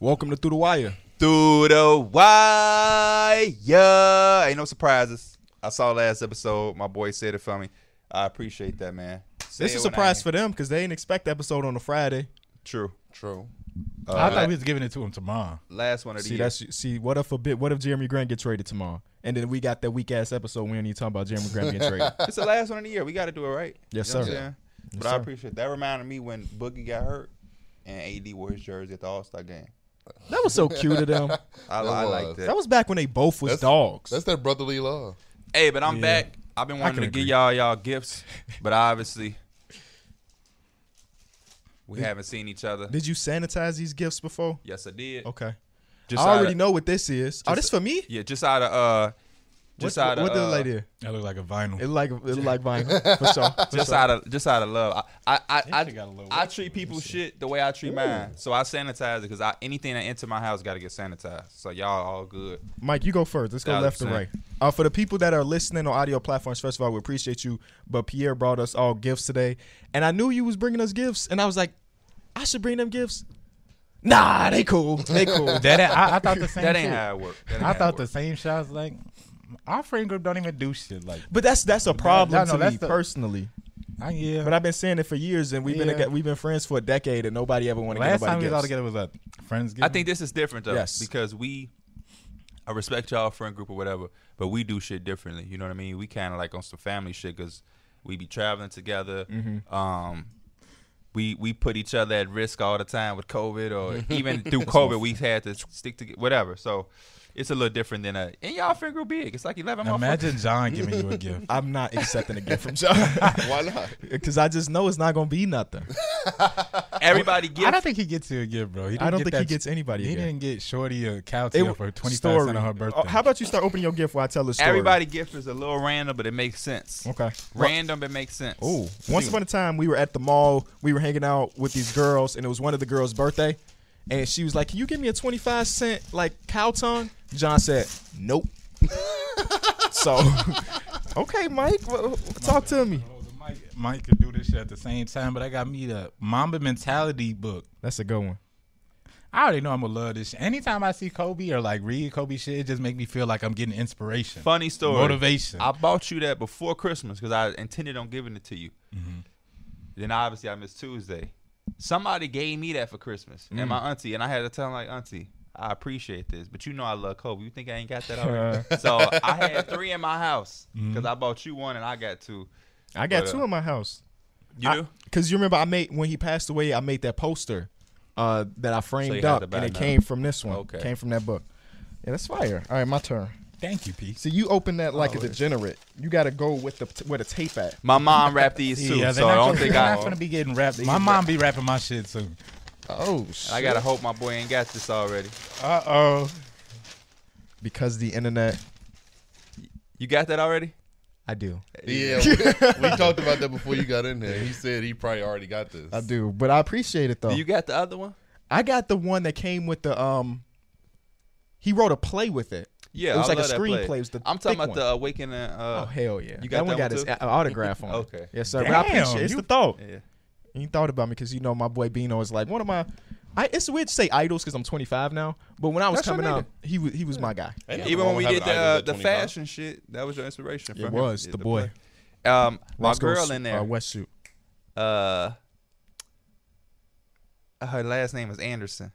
Welcome to Through the Wire. Through the wire. Ain't no surprises. I saw last episode. My boy said it for me. I appreciate that, man. Say This is it a when I surprise ain't- for them because they didn't expect the episode on a Friday. True. True. Uh, I thought we was giving it to him tomorrow. last one of the See, year. that's see. What if a bit? What if Jeremy Grant gets traded tomorrow? And then we got that weak ass episode. We don't even talk about Jeremy Grant being traded. It's the last one of the year. We got to do it right. Yes, You know what sir. I'm saying? But sir. I appreciate that. Reminded me when Boogie got hurt and AD wore his jersey at the All Star game. That was so cute of them. I, That I like was. that. That was back when they both was dogs. That's that brotherly love. Hey, but I'm Yeah. back. I've been wanting can to give agree. y'all y'all gifts, but obviously we haven't seen each other. Did you sanitize these gifts before? Yes, I did. Okay. Just I out already of, know what this is. Oh, this for me. Yeah, just out of uh, just what, out of what did it uh, like there? That looked like a vinyl. It like it like vinyl for sure. for just sure. out of just out of love. I I I, I, shit got a little I wet. treat people shit the way I treat mine, so I sanitize it because I anything that enter my house got to get sanitized. So y'all all good. Mike, you go first. Let's go Yeah, left and right. 100%. Uh, for the people that are listening on audio platforms, first of all, we appreciate you. But Pierre brought us all gifts today, and I knew you was bringing us gifts, and I was like, I should bring them gifts. Nah, they cool. They cool. that ain't, I, I thought the same. That ain't shit. how it works. I thought the same shots. Like our friend group don't even do shit like. but that's that's a problem Yeah, no, to that's me the- personally. I, yeah. But I've been saying it for years, and we've been Yeah. aga- we've been friends for a decade, and nobody ever want to get Last time nobody we was all gifts. together was at friends. I think this is different though, Yes. because we. I respect y'all friend group or whatever, but we do shit differently. You know what I mean? We kind of like on some family shit because we be traveling together. Um, we we put each other at risk all the time with COVID, or even through COVID, we had to stick to whatever. So it's a little different than a and y'all friend group big. It's like eleven. motherfuckers. Imagine John giving you a gift. I'm not accepting a gift from John Why not? because I just know it's not gonna be nothing. Everybody I gets don't think he gets you a gift, bro. He didn't I don't get think that he gets anybody. He a gift. didn't get Shorty a cow It tail w- for twenty five story. cents on her birthday. Uh, How about you start opening your gift while I tell the story? everybody gift is a little random, but it makes sense. Okay. Random, it makes sense. Oh, once upon a time, we were at the mall. We were hanging out with these girls, and it was one of the girls' birthday. And she was like, "Can you give me a twenty-five cent like cow tongue?" John said, "Nope." so, okay, Mike, well, talk to me. Mike, Mike could do this shit at the same time, but I got me the Mamba Mentality book. That's a good one. I already know I'm gonna love this. Shit. Anytime I see Kobe or like read Kobe shit, it just make me feel like I'm getting inspiration, Funny story. motivation. I bought you that before Christmas because I intended on giving it to you. Then obviously I missed Tuesday. Somebody gave me that for Christmas, and my auntie and I had to tell her like, auntie, I appreciate this, but you know I love Kobe. You think I ain't got that already? so I had three in my house because I bought you one and I got two. I got But, uh, two in my house. You do? Because you remember, I made when he passed away, I made that poster uh, that I framed had up, to and buy it another. came from this one. Okay. Came from that book. Yeah, that's fire. All right, my turn. Thank you, Pete. So you open that Oh, like a degenerate. You got to go with the where the tape at. My mom wrapped these too, Yeah, they're so I not don't gonna- think they're I. not gonna be getting wrapped. My mom be wrapping my shit soon. Oh shit! I gotta hope my boy ain't got this already. Uh oh. because the internet. You got that already? I do. Yeah, we, we talked about that before you got in there. He said he probably already got this. I do, but I appreciate it though. Do you got the other one? I got the one that came with the um. He wrote a play with it. Yeah, it was I like love a that screenplay. play. It was the I'm talking thick about one. the Awakening. Uh, Oh hell yeah! You got one that got one his too? a- autograph on. it. Okay. Yes sir. but Damn, I appreciate it. It's you- the thought. yeah. And you thought about me because you know my boy Bino is like one of my. I, it's weird to say idols because I'm 25 now, but when I was That's your coming nigga. up, he was he was my guy. Ain't nothing Even wrong when we with did the having uh, idols at the 25. fashion shit, that was your inspiration. It from him. was, Yeah, the boy. play. Um, my Roscoe's, girl in uh, there. West Shoot. Uh, her last name is Anderson.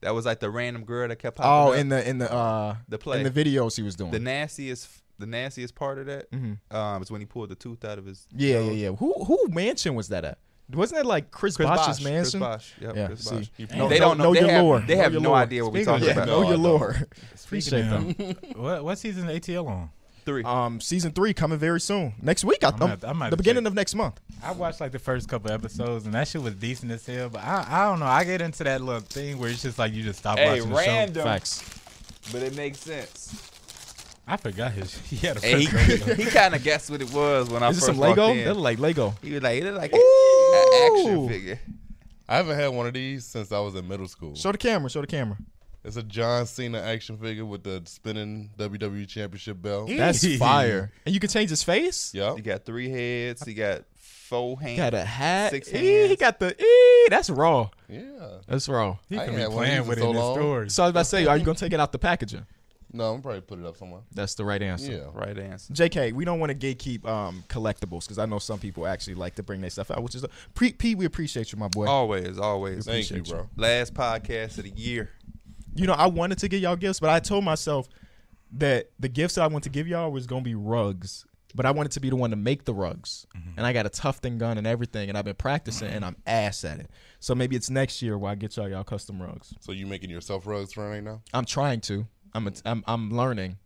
That was like the random girl that kept Oh, popping up. in the in the uh The play. in the videos he was doing. the nastiest, the nastiest part of that Mhm. um, is when he pulled the tooth out of his. Yeah, yeah, yeah. Who who mansion was that at? Wasn't that like Chris, Chris Bosch's Bosch. mansion? Chris Bosch. Yep, Yeah, Chris see. Bosch. You No, they no, don't know. know they your have, lore. They Know have your no lore. idea what we're Speaking of talking Oh, Yeah, about. know your lore. Appreciate Appreciate them. them. what what season ATL on? Three. Um, season three coming very soon. Next week, I, I'm gonna am have to- I'm gonna have the to beginning check. of next month. I watched like the first couple episodes and that shit was decent as hell, but I, I don't know. I get into that little thing where it's just like you just stop Hey, watching the random. show. Facts. but it makes sense. I forgot his. He had a And he, first grade. he kind of guessed what it was when I Is it first some walked Lego? in. They look like Lego. He was like, it look like Ooh. an action figure. I haven't had one of these since I was in middle school. Show the camera. Show the camera. It's a John Cena action figure with the spinning WWE Championship belt. Yeah. That's fire. And you can change his face. He got three heads. He got four hands. He got a hat. Six Ee, he hands. got the. Ee, that's raw. Yeah. That's raw. He I can ain't be had one of playing these with it in so in the long. story. So I was about to say, are you gonna take it out the packaging? No, I'm probably put it up somewhere. That's the right answer. Yeah. Right answer. JK, we don't want to gatekeep um, collectibles because I know some people actually like to bring their stuff out, which is pre- P. We appreciate you, my boy. Always, always. Thank you, Appreciate you. bro. Last podcast of the year. You know, I wanted to get y'all gifts, but I told myself that the gifts that I want to give y'all was gonna be rugs, but I wanted to be the one to make the rugs, and I got a tufting gun and everything, and I've been practicing, and I'm ass at it. So maybe it's next year where I get y'all y'all custom rugs. So you making yourself rugs for right now? I'm trying to. I'm a, I'm I'm learning.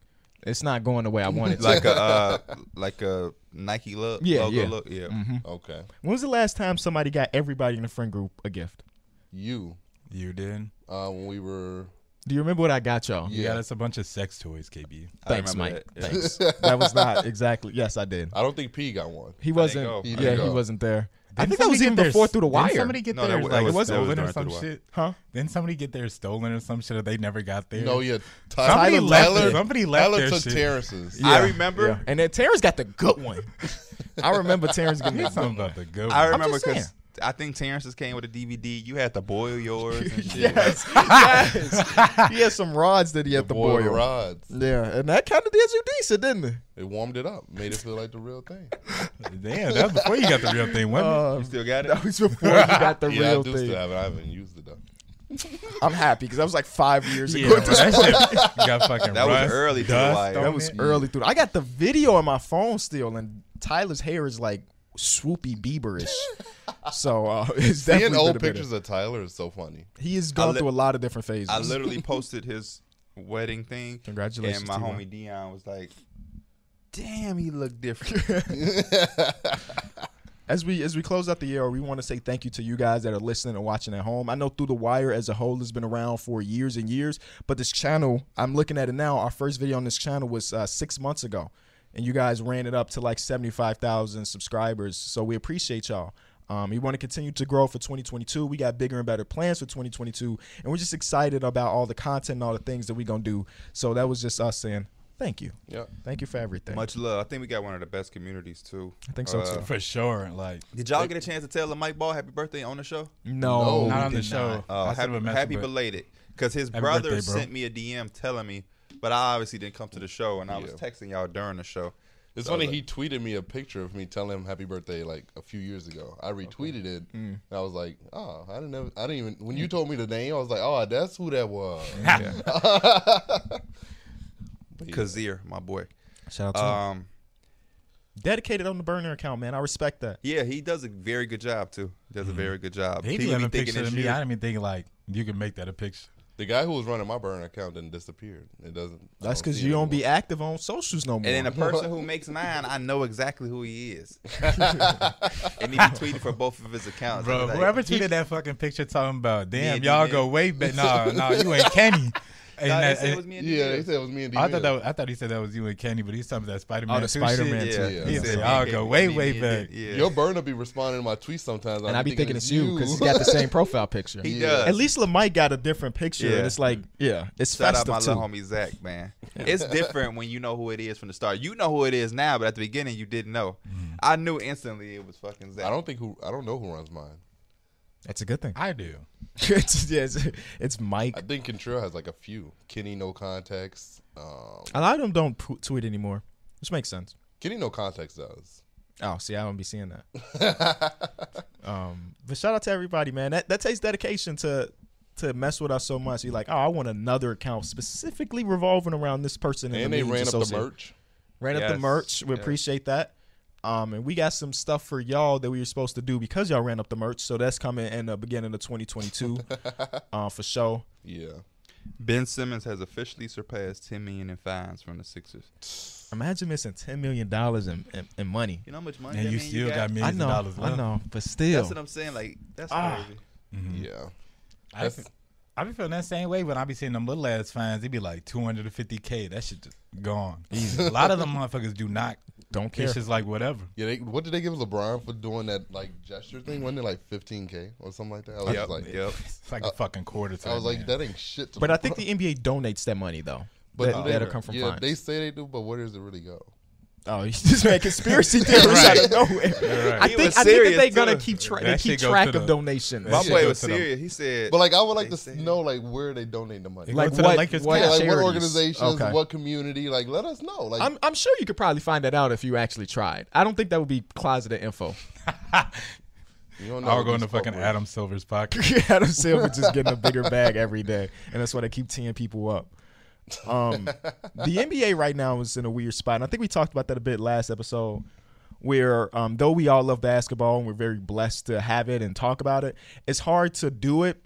It's not going the way I want it. to. Like a uh, like a Nike look. Yeah, logo yeah. Look. Yeah. Mm-hmm. Okay. When was the last time somebody got everybody in the friend group a gift? You, You did. uh, when we were Do you remember what I got y'all? You Yeah. got us a bunch of sex toys, KB. I Thanks, remember Mike. that. Yeah. Thanks. that was not exactly. Yes, I did. I don't think P got one. He go. wasn't. He yeah, didn't he Uh, go. wasn't there. I think Didn't that somebody was get even their- before through the didn't wire. Somebody get No, that theirs, wa- that like was- that was stolen during or some Through the Wire. shit. Huh? Didn't somebody get theirs stolen or some shit? Or they never got theirs. No, yeah. Somebody Tyler left. Tyler- it. Somebody left Tyler their took shit. Terrence's. I remember. Yeah. And then Terrence got the good one. I remember Terrence getting Here's the something good one. about the good. I one. remember just saying. because I think Terrence's came with a DVD. You had to boil yours and shit. Yes, yes. He had some rods that he had to The boy boil. rods. Yeah, and that kind of did you decent, didn't it? It warmed it up, made it feel like the real thing. Damn, that was before you got the real thing, wasn't it? Uh, Still got it. that was before you got the yeah, I real do thing. still have it. I haven't used it though. I'm happy because that was like five years Yeah, ago. bro, that shit got fucking That was rust, early to the dust wire. on That was it. early through. I got the video on my phone still, and Tyler's hair is like swoopy Bieberish. so uh, it's Seeing definitely old been a minute. pictures of Tyler is so funny. He has gone li- through a lot of different phases. I literally posted his wedding thing. Congratulations, And my T.Y. homie Dion was like, "Damn, he looked different." as we as we close out the year, we want to say thank you to you guys that are listening and watching at home. I know Through the Wire as a whole has been around for years and years, but this channel, I'm looking at it now. Our first video on this channel was uh, six months ago, and you guys ran it up to like 75,000 subscribers. So we appreciate y'all. Um, we want to continue to grow for 2022. We got bigger and better plans for 2022, and we're just excited about all the content and all the things that we're gonna do. So that was just us saying thank you, Yeah. thank you for everything. Much love. I think we got one of the best communities too. Uh, I think so, too. for sure. Like Did y'all get a chance to tell the Mike Ball happy birthday on the show? No, No, we not on the did show. not. Uh, Mm, I happy sent him a message, happy but- belated. Because his Happy brother birthday, bro. sent me a DM telling me, but I obviously didn't come to the show, and I was Yeah. texting y'all during the show. It's So I was funny. like, He tweeted me a picture of me telling him happy birthday like a few years ago. I retweeted it, Mm. and I was like, "Oh, I didn't. Ever, I didn't even." When you told me the name, I was like, "Oh, that's who that was." Kazir, my boy. Shout out to him. Um, dedicated on the burner account, man. I respect that. yeah, he does a very good job too. Does a very good job. Mm-hmm. he People didn't be even thinking picture it's to me. you. I didn't even think like you could make that a picture. the guy who was running my burner account then disappeared. It doesn't. I That's don't because see you it don't be anymore. active on socials no more. And then the person who makes mine, I know exactly who he is. and he be tweeting for both of his accounts. Bro, Like, whoever tweeted that fucking picture talking about, damn, and y'all D-Man. go way back. No, no, you ain't Kenny. And "Nah, they that- said it and- was me and Yeah, Dion." they said it was me and. I thought that D-Mill. was, I thought he said that was you and Kenny, but he's talking about Spider Man. Oh, the Spider-Man. Yeah, Yeah. he Yeah. said, Y'all "Me go and way, Kenny, me way and back." Dion." Yeah. Your burner be responding to my tweets sometimes, and I be thinking it's you because he got the same profile picture. He does. At least Lamike got a different picture, Yeah. and it's like, yeah, it's Shout out festive my too. little homie Zach, man. It's different when you know who it is from the start. You know who it is now, but at the beginning you didn't know. I knew instantly it was fucking Zach. I don't think who. I don't know who runs mine. That's a good thing. I do. it's, yeah, it's, it's Mike. I think Contreras has like a few. Kenny no context. Um, A lot of them don't pu- tweet anymore, which makes sense. Kenny no context does. Oh, see, I don't be seeing that. um, but shout out to everybody, man. That that takes dedication to to mess with us so much. You're like, oh, I want another account specifically revolving around this person. And the they memes ran up the associated. merch. ran up the Yes. merch. We Yes. appreciate that. Um, and we got some stuff for y'all that we were supposed to do because y'all ran up the merch. So that's coming in the beginning of 2022 uh, for sure. Yeah. Ben Simmons has officially surpassed 10 million in fines from the Sixers. Imagine missing $10 million in, in, in money. You know how much money? And that you man still got I millions of know, dollars I left. know, but That's still. what I'm saying. Like that's Ah. crazy. Yeah. I That's- be- I be feeling that same way when I be seeing them little ass fines. It be like 250K. That shit just gone. A lot of them motherfuckers do not Don't care. It's just like whatever. Yeah, they, what did they give LeBron for doing that like gesture thing? Wasn't it like 15k or something like that? I was just like, yep. It's like a fucking quarter. To I was that like, man. that ain't shit. To But I think LeBron. the NBA donates that money though. But But do that, they- that'll come from yeah, fines. they say they do, but where does it really go? oh, you just made conspiracy theories out of nowhere. Right. I He think I was think that serious, they gonna too. keep tra- That they shit keep go track to of the- donations. My shit boy go was to them. serious. He said, But like, I would like They to say- know like where they donate the money. They like go to the what, Lakers what, camp. yeah, like what charities? organizations, Okay. what community? Like, let us know. Like, I'm I'm sure you could probably find that out if you actually tried. I don't think that would be closeted info. you don't know. I what would go in the these fucking folk were. Adam Silver's pocket. Adam Silver just getting a bigger bag every day, and that's why they keep teeing people up. Um, the NBA right now is in a weird spot, and I think we talked about that a bit last episode. Where um, though we all love basketball and we're very blessed to have it and talk about it, it's hard to do it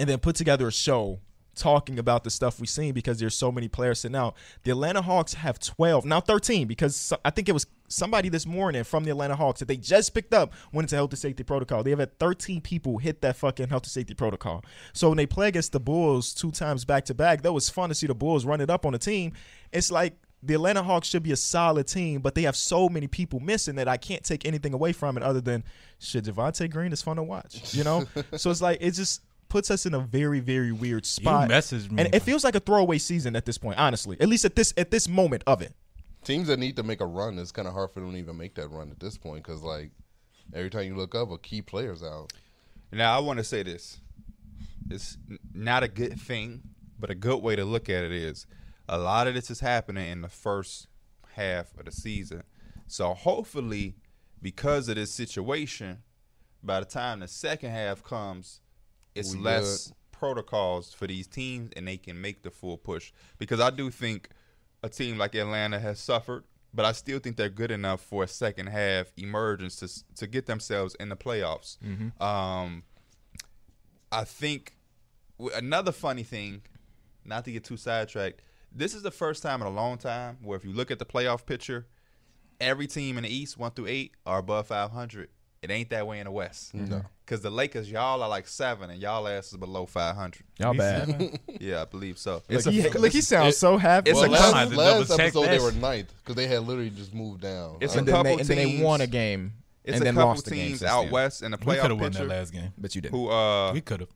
and then put together a show talking about the stuff we've seen because there's so many players sitting out. The Atlanta Hawks have 12, now 13, because so- I think it was somebody this morning from the Atlanta Hawks that they just picked up went into health and safety protocol. They have had 13 people hit that fucking health and safety protocol. So when they play against the Bulls two times back to back, that was fun to see the Bulls run it up on the team. It's like the Atlanta Hawks should be a solid team, but they have so many people missing that I can't take anything away from it other than shit, Devontae Green is fun to watch. You know? so it's like it just puts us in a very very weird spot. messaged me. and it feels like a throwaway season at this point. Honestly, at least at this at this moment of it. teams that need to make a run, it's kind of hard for them to even make that run at this point because like every time you look up, a key player's out. Now I want to say this: it's n- not a good thing, but a good way to look at it is a lot of this is happening in the first half of the season. So hopefully, because of this situation, by the time the second half comes, it's We less protocols for these teams, and they can make the full push. Because I do think a team like Atlanta has suffered. But I still think they're good enough for a second half emergence to s- to get themselves in the playoffs. Um, I think w- another funny thing, not to get too sidetracked, this is the first time in a long time where if you look at the playoff picture, every team in the East, one through eight, are above 500. It ain't that way in the West. Mm-hmm. No. Because the Lakers, y'all are like seven, and y'all ass is below 500. Y'all bad. yeah, I believe so. It's It's a, he, look, he sounds so happy. it's Well, a last, couple- last double check episode they this. were ninth because they had literally just moved down. It's I a and don't- then, they, couple and then they teams- won a game it's and a then couple lost the game teams since out then. west in the we could playoff have won that picture. last game. but you didn't. Who uh We could have.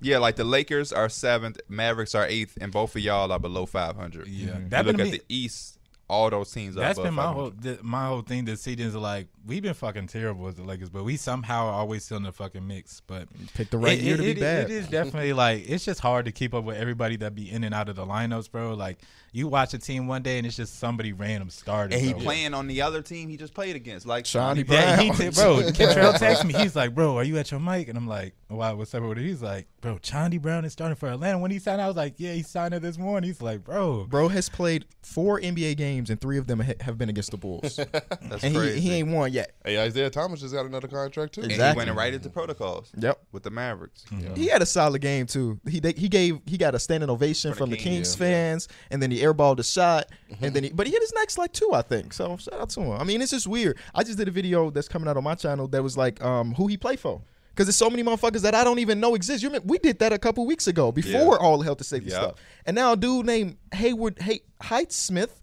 yeah like the Lakers are seventh, Mavericks are eighth, and both of y'all are below five hundred. Yeah. you That look been at me- the East, all those teams are. That's above been my 500. whole th- my whole thing this season is like we've been fucking terrible as the Lakers, but we somehow are always still in the fucking mix. But Pick the right it, year to it- be it- bad. It is definitely like it's just hard to keep up with everybody that be in and out of the lineups, bro. Like you watch a team one day and it's just somebody random starting. and he bro. playing on the other team he just played against. Like Shawnee Yeah, Brown. he did, bro. Kentrell texted me. He's like, "Bro, are you at your mic?" And I'm like, "Why? What's up with it?" He's like, "Bro, Chandi Brown is starting for Atlanta." When he signed, I was like, "Yeah, he signed it this morning." He's like, "Bro, Bro has played four NBA games and three of them ha- have been against the Bulls, That's and he, crazy. he ain't won yet. hey, Isaiah Thomas just got another contract too. and Exactly. he went right into protocols. Yep. With the Mavericks. He had a solid game too. He they, he gave he got a standing ovation the from the Kings, Kings yeah. Mm-hmm. fans, and then he airballed a shot, and then he but he hit his next like two, I think. So shout out to him. I mean, it's just weird. I just did a video that's coming out on my channel that was like um who he played for. Cause there's so many motherfuckers that I don't even know exist. You remember, we did that a couple weeks ago before all the health and safety Yeah. stuff, and now a dude named Hayward Hay- Height Smith.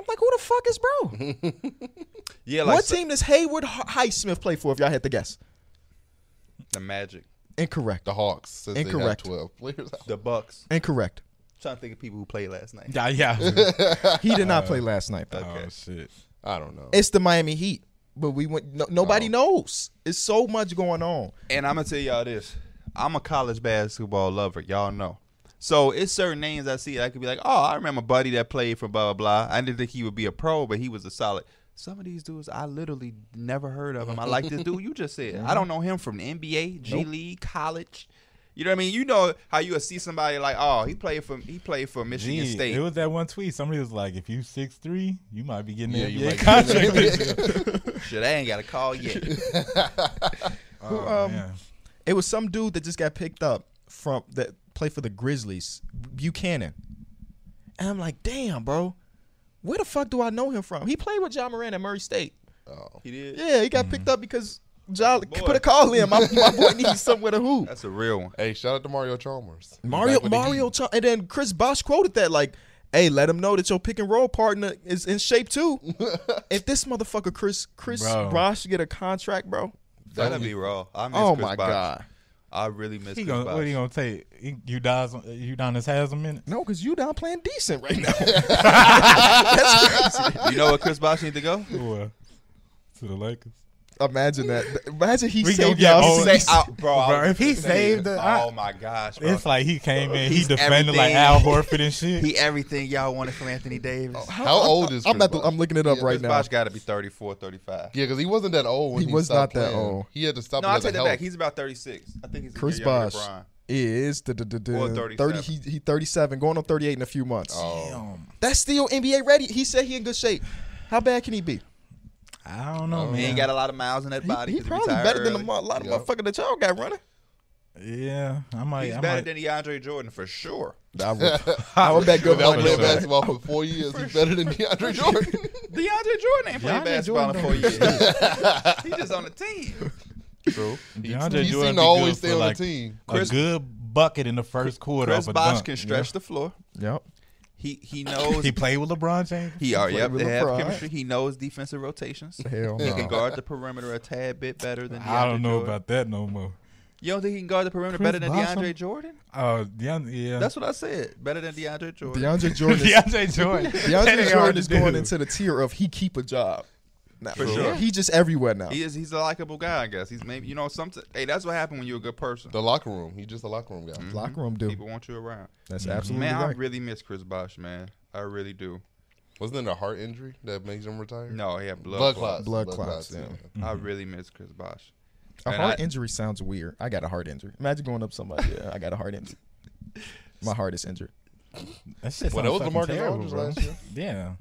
I'm like, who the fuck is bro? Yeah, like what so- team does Hayward H- Height Smith play for? If y'all had to guess, the Magic, incorrect, The Hawks since Incorrect. they have twelve players out. the Bucks. incorrect. trying to think of people who played last night. yeah, yeah." He did not play last night though. oh Okay. shit. I don't know. It's the Miami Heat, but we went. No, nobody knows. It's so much going on. And I'm gonna tell y'all this. I'm a college basketball lover. Y'all know. So it's certain names I see. I could be like, oh, I remember a buddy that played for blah blah blah. I didn't think he would be a pro, but he was a solid. Some of these dudes I literally never heard of him. I like this dude you just said. Mm-hmm. I don't know him from the NBA, G League, college. You know what I mean? You know how you would see somebody like, oh, he played for he played for Michigan Gee, State. It was that one tweet. Somebody was like, "If you six three, you might be getting Yeah, yeah, NBA you might be contract." getting this year." Shit, I ain't got a call yet. oh, man. Um, It was some dude that just got picked up from that played for the Grizzlies, Buchanan. And I'm like, damn, bro, where the fuck do I know him from? He played with John Moran at Murray State. Oh. he did. Yeah, he got picked Mm. up because John Boy. put a call in. My, my boy needs somewhere to hoop. That's a real one. Hey, shout out to Mario Chalmers. Mario, Back with the Mario, Heat. Ch- and then Chris Bosch quoted that like Hey, let him know that your pick and roll partner is in shape too. if this motherfucker Chris Chris Bro. Bosh get a contract, bro. That'd be raw. I miss Oh Chris my Bosh. god. I really miss He Chris gonna, Bosh. what he gonna take? He- Udonis, Udonis has him in it. No, because you down playing decent right now. you know where Chris Bosh need to go? Or to the Lakers. Imagine that. Imagine he We saved gonna get y'all old. six. I- bro, I Bro, was if he just saved saying, the- oh my gosh, bro. It's like he came in, he He's defended like everything. Al Horford and shit. he everything y'all wanted from Anthony Davis. How old is I'm Chris at the, Bosh? I'm looking it up Yeah, right Oh, Chris now. Bosh got to be 34, 35. Yeah, because he wasn't that old when He he, was stopped not that playing. old. He had to stop. No, I because take of that back. health. He's about 36. I think he's a Chris year younger than Bosh Bron. is the, the, the, Or the 30 37. he, he 37 going on 38 in a few months. Oh, Damn. That's still NBA ready. He said he in good shape. How bad can he be? I don't know, Oh, man. He ain't got a lot of miles in that He, body. he 'cause probably retired better than early. the, mo- a lot of Yeah. motherfucker that y'all got running. yeah, I might. He's I better might than DeAndre Jordan for sure. I would, I would bet good without money. playing on that. basketball for four years, he's better than DeAndre Jordan. DeAndre Jordan ain't playing DeAndre basketball in Jordan four don't years. he just on the team. True. DeAndre he Jordan seemed be to always good stay for, on like, the team. Chris- a good bucket in the first quarter. Chris off a Bosh dunk. can stretch the floor. Yep. He he knows He he, played with LeBron James. are played yep, with they have LeBron. chemistry. He knows defensive rotations. Hell He can no. guard the perimeter a tad bit better than DeAndre I don't know Jordan. about that no more. You don't think he can guard the perimeter Chris better than Bosh- DeAndre Jordan? Oh, DeAndre, yeah. That's what I said. Better than DeAndre Jordan. DeAndre Jordan is, DeAndre Jordan. That DeAndre ain't hard Jordan to is going do. into the tier of he keep a job. Nah, For sure. He just everywhere now. He is he's a likable guy, I guess. He's maybe you know, sometimes hey, that's what happened when you're a good person. The locker room. He's just a locker room guy. Locker room dude. People want you around. That's absolutely Man, I right. really miss Chris Bosh, man. I really do. Wasn't it a heart injury that makes him retire? No, he had blood, blood clots. clots. Blood clots, yeah. Mm-hmm. I really miss Chris Bosh. A And heart I- injury sounds weird. I got a heart injury. Imagine going up to somebody. Yeah, I got a heart injury. My heart is injured. That shit Well, sounds fucking that was LaMarcus terrible, Aldridge bro. last year. Yeah.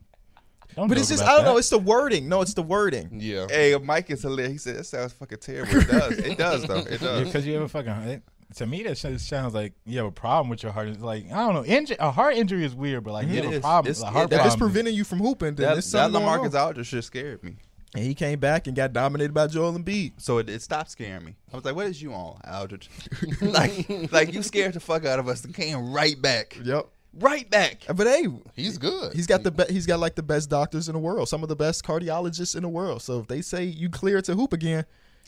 Don't But it's joke just about I don't know. that. It's the wording. No, it's the wording. Yeah. Hey, Mike is hilarious. He said that sounds fucking terrible. It does. It does though. It does. because you have a fucking. It, to me, that shit sounds like you have a problem with your heart. It's like I don't know. Inju- a heart injury is weird, but like you It have is. a problem. It's- a heart If it's problem. preventing you from hooping, then That, it's that something going Lamarcus on. Aldridge shit scared me. And he came back and got dominated by Joel Embiid. So it, it stopped scaring me. I was like, "What is you on, Aldridge? like, like you scared the fuck out of us and came right back, Yep. right back." But hey, He's good. he's got the be- he's got like the best doctors in the world. Some of the best cardiologists in the world. So if they say you clear to hoop again,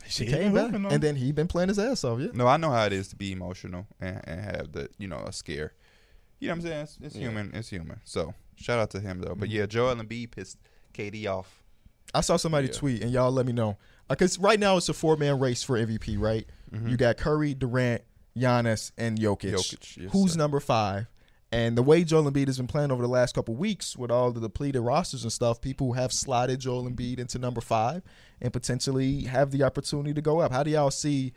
She he came back, hooping on and then he been playing his ass off. Yeah. No, I know how it is to be emotional and, and have the you know a scare. You know what I'm saying? It's, it's human. It's human. So shout out to him though. But yeah, Joel Embiid pissed KD off. I saw somebody Yeah. tweet, and y'all let me know because right now it's a four man race for MVP. Right, Mm-hmm. you got Curry, Durant, Giannis, and Jokic. Jokic, yes, Who's sir. number five? And the way Joel Embiid has been playing over the last couple weeks with all the depleted rosters and stuff, people have slotted Joel Embiid into number five and potentially have the opportunity to go up. How do y'all see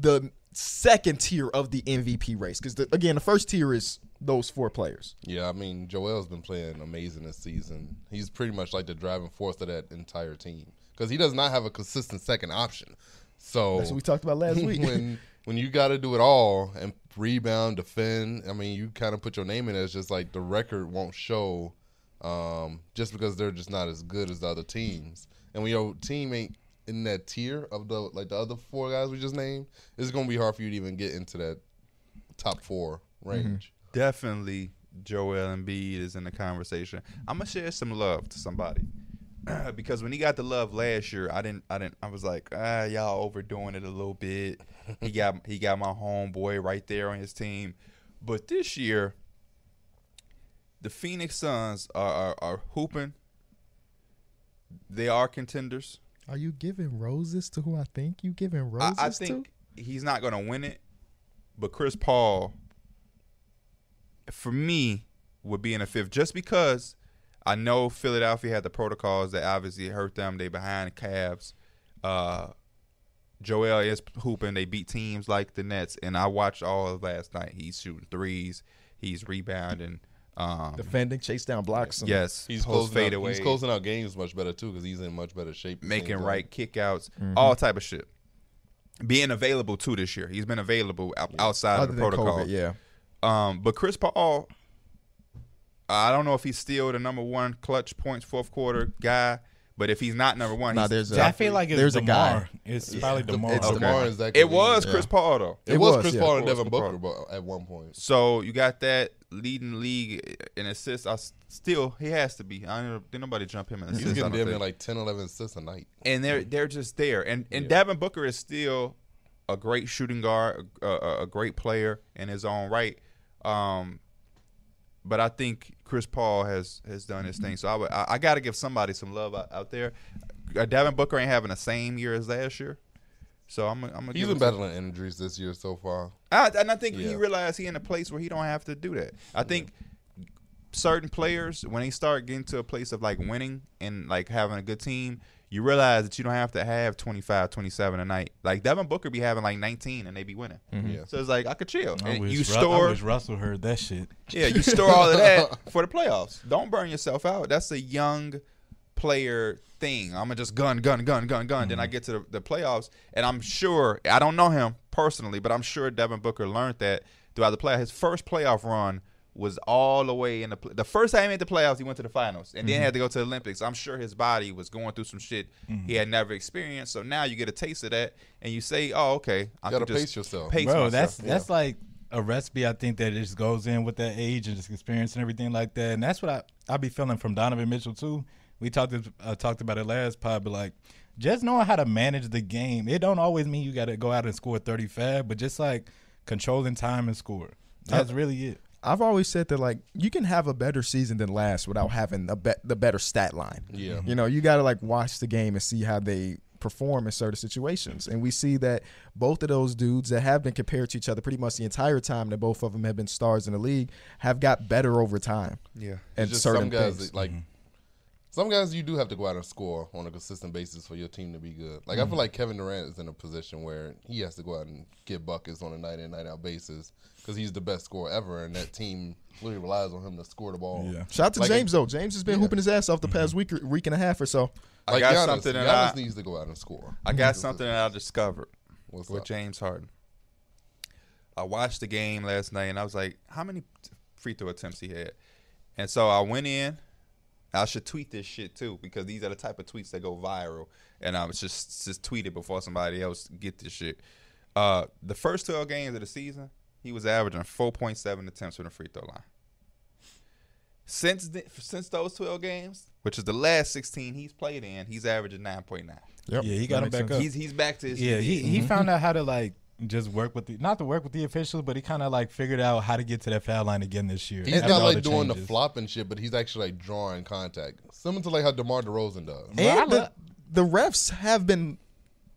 the second tier of the MVP race? Because again, the first tier is those four players. Yeah, I mean, Joel's been playing amazing this season. He's pretty much like the driving force of that entire team because he does not have a consistent second option. So That's what we talked about last week. when when you got to do it all and rebound, defend, I mean, you kind of put your name in it. It's just like the record won't show um, just because they're just not as good as the other teams. And when your team ain't in that tier of the like the other four guys we just named, it's gonna be hard for you to even get into that top four Mm-hmm. range. Definitely, Joel Embiid is in the conversation. I'm gonna share some love to somebody because when he got the love last year, I didn't. I didn't. I was like, ah, y'all overdoing it a little bit. He got he got my homeboy right there on his team, but this year, the Phoenix Suns are are, are hooping. They are contenders. Are you giving roses to who I think you giving I, roses I to? think he's not gonna win it, but Chris Paul, for me, would be in the fifth just because I know Philadelphia had the protocols that obviously hurt them. They behind Cavs. Uh, Joel is hooping. They beat teams like the Nets, and I watched all of last night. He's shooting threes. He's rebounding. Um, defending, chase down blocks. And yes, He's post closing, out, fadeaway, he's closing out games much better too because he's in much better shape. at the making same time. right kickouts, Mm-hmm. all type of shit. Being available too this year. He's been available out- outside Other of than the protocol. COVID, yeah. Um, but Chris Paul, I don't know if he's still the number one clutch points fourth quarter guy, But if he's not number one, Nah, he's- there's I a- feel like it's there's a guy. DeMar. It's probably DeMar. It's Okay. DeMar is that it was yeah. Chris Paul though. It, It was was, Chris yeah. Paul It and was Devin Chris Booker, but at one point, So you got that leading the league in assists. I s- still he has to be. I don't, did nobody jump him in he was assists. I getting don't damn near think. like 10, 11 assists a night. and they're they're just there. And and Devin Booker is still a great shooting guard, a, a, a great player in his own right. Um, but I think Chris Paul has has done his thing. So I would, I, I got to give somebody some love out, out there. Uh, Devin Booker ain't having the same year as last year. So I'm gonna- I'm gonna He's give been it to- battling injuries this year so far. I, and I think he Yeah. realized he in a place where he don't have to do that. I think certain players, when they start getting to a place of like winning and like having a good team, you realize that you don't have to have 25, 27 a night. Like Devin Booker be having like 19 and they be winning. Yeah. So it's like I could chill. Mm-hmm. I And wish you Ru- I store, wish Russell heard that shit. yeah, you store all of that for the playoffs. Don't burn yourself out. That's a young player thing. I'm gonna just gun, gun, gun, gun, gun. Then I Mm-hmm. get to the, the playoffs, and I'm sure I don't know him personally, but I'm sure Devin Booker learned that throughout the playoff. His first playoff run was all the way in the pl- the first time he made the playoffs. He went to the finals, and Mm-hmm. then had to go to the Olympics. I'm sure his body was going through some shit Mm-hmm. he had never experienced. So now you get a taste of that, and you say, "Oh, okay, I gotta can just pace yourself. Pace Bro, myself. that's Yeah. that's like a recipe. I think that it just goes in with that age and just experience and everything like that. And that's what I I be feeling from Donovan Mitchell too. We talked uh, talked about it last pod, but like just knowing how to manage the game. It don't always mean you got to go out and score thirty five, but just like controlling time and score. That's really it. I've always said that like you can have a better season than last without having a be- the better stat line. Yeah. You know, you got to like watch the game and see how they perform in certain situations. And we see that both of those dudes that have been compared to each other pretty much the entire time that both of them have been stars in the league have got better over time. Yeah. And It's just certain some guys things. that, like some guys you do have to go out and score on a consistent basis for your team to be good. Like I feel like Kevin Durant is in a position where he has to go out and get buckets on a night in night out basis because he's the best scorer ever, and that team literally relies on him to score the ball. Yeah. Shout out to Like, James though. James has been hooping his ass off the past week or, week and a half or so. I Like got Giannis, something that Giannis I- needs to go out and score. I got something that I discovered What's with up? James Harden. I watched the game last night and I was like, how many t- free throw attempts he had? And so I went in. I should tweet this shit too because these are the type of tweets that go viral. And I was just just tweeted before somebody else get this shit. Uh, the first 12 games of the season, he was averaging 4.7 attempts from the free throw line. Since the, since those 12 games, which is the last 16 he's played in, he's averaging 9.9. Yep. Yeah, he got That makes him back sense. Mm-hmm. up. He's he's back to his Yeah, he, he found out how to like just work with the not to work with the officials, but he kind of like figured out how to get to that foul line again this year. He's after not all like the doing the changes. flop and shit, but he's actually like drawing contact, similar to like how DeMar DeRozan does. Well, I And the, love- the refs have been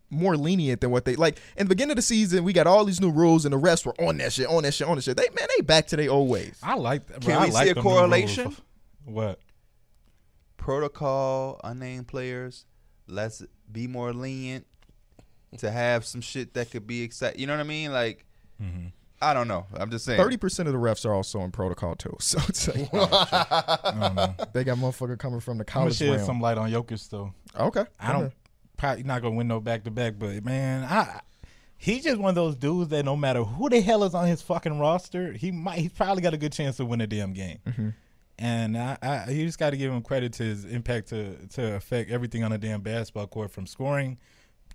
more lenient than what they like in the beginning of the season. We got all these new rules, and the refs were on that shit, on that shit, on that shit. They man, they back to their old ways. I like that. Can bro, I we see like a them new rules. correlation? What? Mm-hmm. Protocol, unnamed players. Let's be more lenient to have some shit that could be exciting. You know what I mean? Like, Mm-hmm. I don't know. I'm just saying. Thirty percent of the refs are also in protocol too, so it's like, they got motherfucker coming from the I'm gonna college shed realm. some light on Jokic though. okay, I don't probably not gonna win no back to back, but man, I he's just one of those dudes that no matter who the hell is on his fucking roster, he might he's probably got a good chance to win a damn game. Mm-hmm. And I, I you just got to give him credit to his impact to to affect everything on a damn basketball court from scoring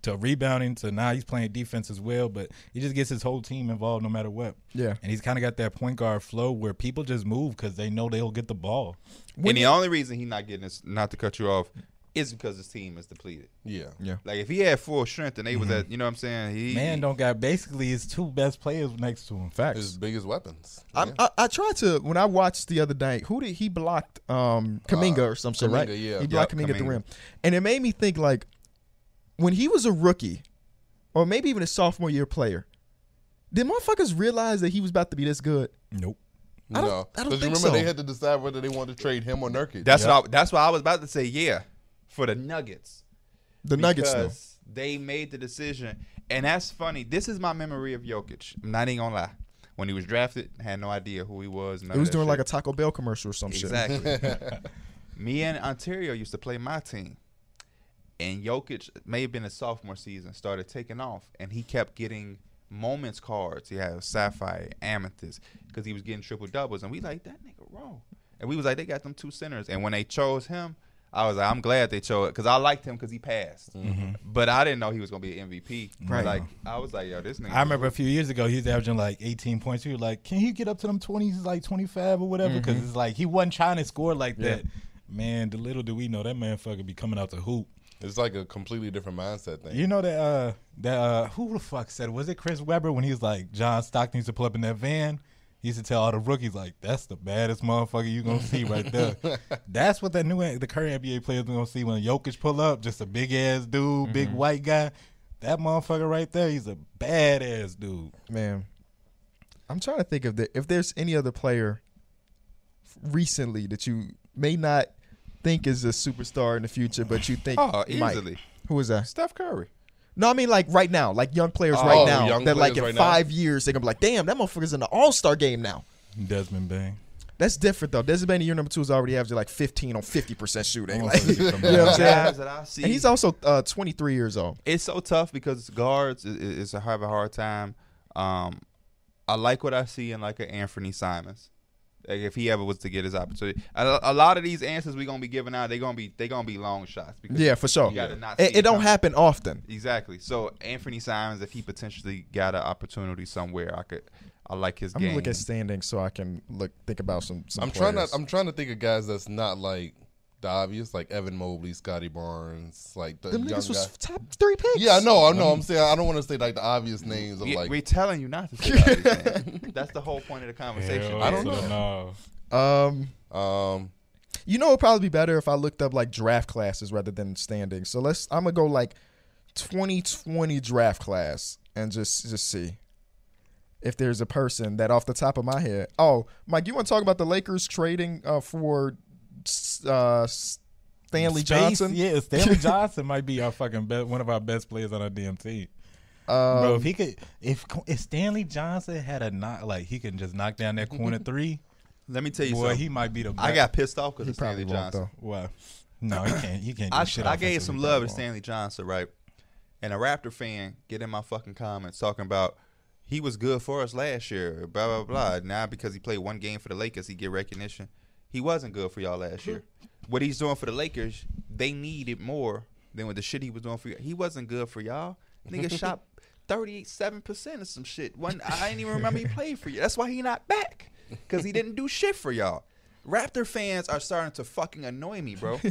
to rebounding to now he's playing defense as well, but he just gets his whole team involved no matter what. Yeah. and he's kind of got that point guard flow where people just move because they know they'll get the ball. and the only reason he's not getting this, not to cut you off, is because his team is depleted. Yeah, Yeah. Like if he had full strength and they was at, you know what I'm saying? He Man, don't got basically his two best players next to him. Facts. his biggest weapons. I, I, I tried to when I watched the other night. Who did he blocked? Um, Uh, Kaminga or some shit, right? Kuminga, yeah. he blocked Yep, Kaminga at the Kuminga. rim, and it made me think like when he was a rookie, or maybe even a sophomore year player. Did motherfuckers realize that he was about to be this good? Nope. I don't- no, I don't because you think remember so. they had to decide whether they wanted to trade him or Nurkic. That's what I, that's why I was about to say. Yeah, for the Nuggets. The Nuggets, though. because they made the decision, and that's funny. This is my memory of Jokic. I'm not even gonna lie. When he was drafted, had no idea who he was. It was doing like a Taco Bell commercial or some shit. exactly. Me and Ontario used to play my team, and Jokic may have been a sophomore season started taking off, and he kept getting moments cards. He had sapphire, amethyst, because he was getting triple doubles, and we like that nigga wrong. And we was like, they got them two centers, and when they chose him, I was like, I'm glad they chose it because I liked him because he passed, but I didn't know he was gonna be an MVP. Mm-hmm. Right. Like I was like, yo, this nigga. I remember a few years ago, he was averaging like 18 points. We were like, can he get up to them 20s, like 25 or whatever? Because it's like he wasn't trying to score like that. Man, the little do we know that man fucker be coming out the hoop. It's like a completely different mindset thing. You know that uh that uh who the fuck said it? was it Chris Webber when he was like John Stockton used to pull up in that van? He used to tell all the rookies like that's the baddest motherfucker you gonna see right there. that's what that new the current NBA players gonna see when Jokic pull up, just a big ass dude, big white guy. That motherfucker right there, he's a badass dude. man. I'm trying to think of the if there's any other player recently that you may not think is a superstar in the future, but you think Oh, might. easily. Who is that? Steph Curry. No, I mean like right now, like young players Oh, right now young that like in players right now? five years they're gonna be like, damn, that motherfucker's in the All Star game now. Desmond Bain. That's different though. Desmond Bain, your number two, is already averaging like 15 on 50 percent Oh, shooting. Like, Almost you know fifty from what I'm saying? Guys that I see. And he's also uh, 23 years old. it's so tough because guards is, is a have a hard time. Um, I like what I see in like an Anthony Simons. Like if he ever was to get his opportunity, a, a lot of these answers we gonna be giving out, they gonna be they gonna be long shots. Because Yeah, for sure. You gotta not see It, it don't coming. happen often. Exactly. So Anthony Simons, if he potentially got an opportunity somewhere, I could, I like his I'm game. gonna look at standings so I can look think about some. some I'm trying to players. I'm trying to think of guys that's not like the obvious, like Evan Mobley, Scotty Barnes, like the Them young niggas guys. was top three picks. yeah, I know, I know. I'm saying I don't want to say like the obvious names of We- like we're telling you not to. Say that, man. That's the whole point of the conversation. I don't know. Um, um you know, it'd probably be better if I looked up like draft classes rather than standings. So let's. I'm gonna go like 2020 draft class and just just see if there's a person that off the top of my head. Oh, Mike, you want to talk about the Lakers trading uh, for s- uh, Stanley Space, Johnson? Yeah, Stanley Johnson might be our fucking best, one of our best players on our DMT. Um, Bro, if he could, if if Stanley Johnson had a knock, like he can just knock down that corner three, Let me tell you boy, something. he might be the. I best. got pissed off because he of Stanley probably won't Johnson. though. Well, no, he can't. He can't. Do I, shit I gave offensively some with that love to ball. Stanley Johnson, right? And a Raptor fan get in my fucking comments talking about he was good for us last year, blah blah blah. Mm-hmm. Now because he played one game for the Lakers, he get recognition. He wasn't good for y'all last year. Mm-hmm. What he's doing for the Lakers, they needed more than what the shit he was doing for you. He wasn't good for y'all. Nigga shot thirty seven percent of some shit. One I didn't even remember he played for you. That's why he not back because he didn't do shit for y'all. Raptor fans are starting to fucking annoy me, bro.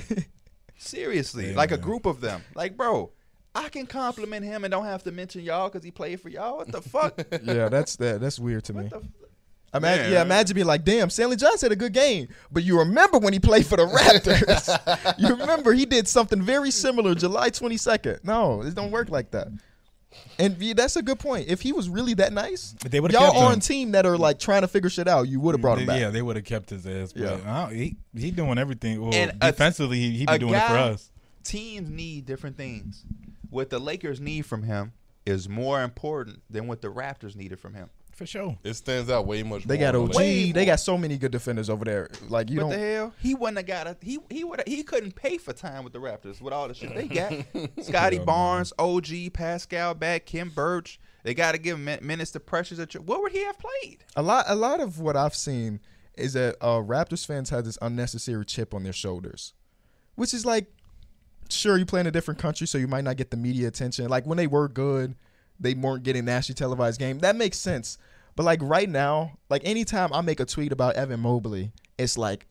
Seriously, like a group of them. Like, bro, I can compliment him and don't have to mention y'all because he played for y'all. What the fuck? what Yeah, that's that. That's weird to me. the f- Imagine, yeah. Yeah. imagine being like, damn, Stanley Johnson had a good game, but you remember when he played for the Raptors. you remember he did something very similar July 22nd. No, it don't work like that. And yeah, that's a good point. If he was really that nice, But they would've y'all kept are him. a team that are like trying to figure shit out. You would have brought him back. Yeah, they would have kept his ass. But Yeah. I don't- he he doing everything. Well, And a- defensively, he, he a be doing it for guy- us. Teams need different things. What the Lakers need from him is more important than what the Raptors needed from him. For sure. it stands out way much They more. got OG. Like, Way They more. got so many good defenders over there. Like you what the don't. hell? He wouldn't have got a he he would he couldn't pay for time with the Raptors with all the shit they got. Scotty Barnes, OG, Pascal back, Kim Birch. They gotta give min- minutes to pressures at your, what would he have played? A lot. A lot of what I've seen is that uh, Raptors fans have this unnecessary chip on their shoulders, which is like, sure, you play in a different country, so you might not get the media attention. Like when they were good, they weren't getting nationally televised game. That makes sense. But like right now, like anytime I make a tweet about Evan Mobley, it's like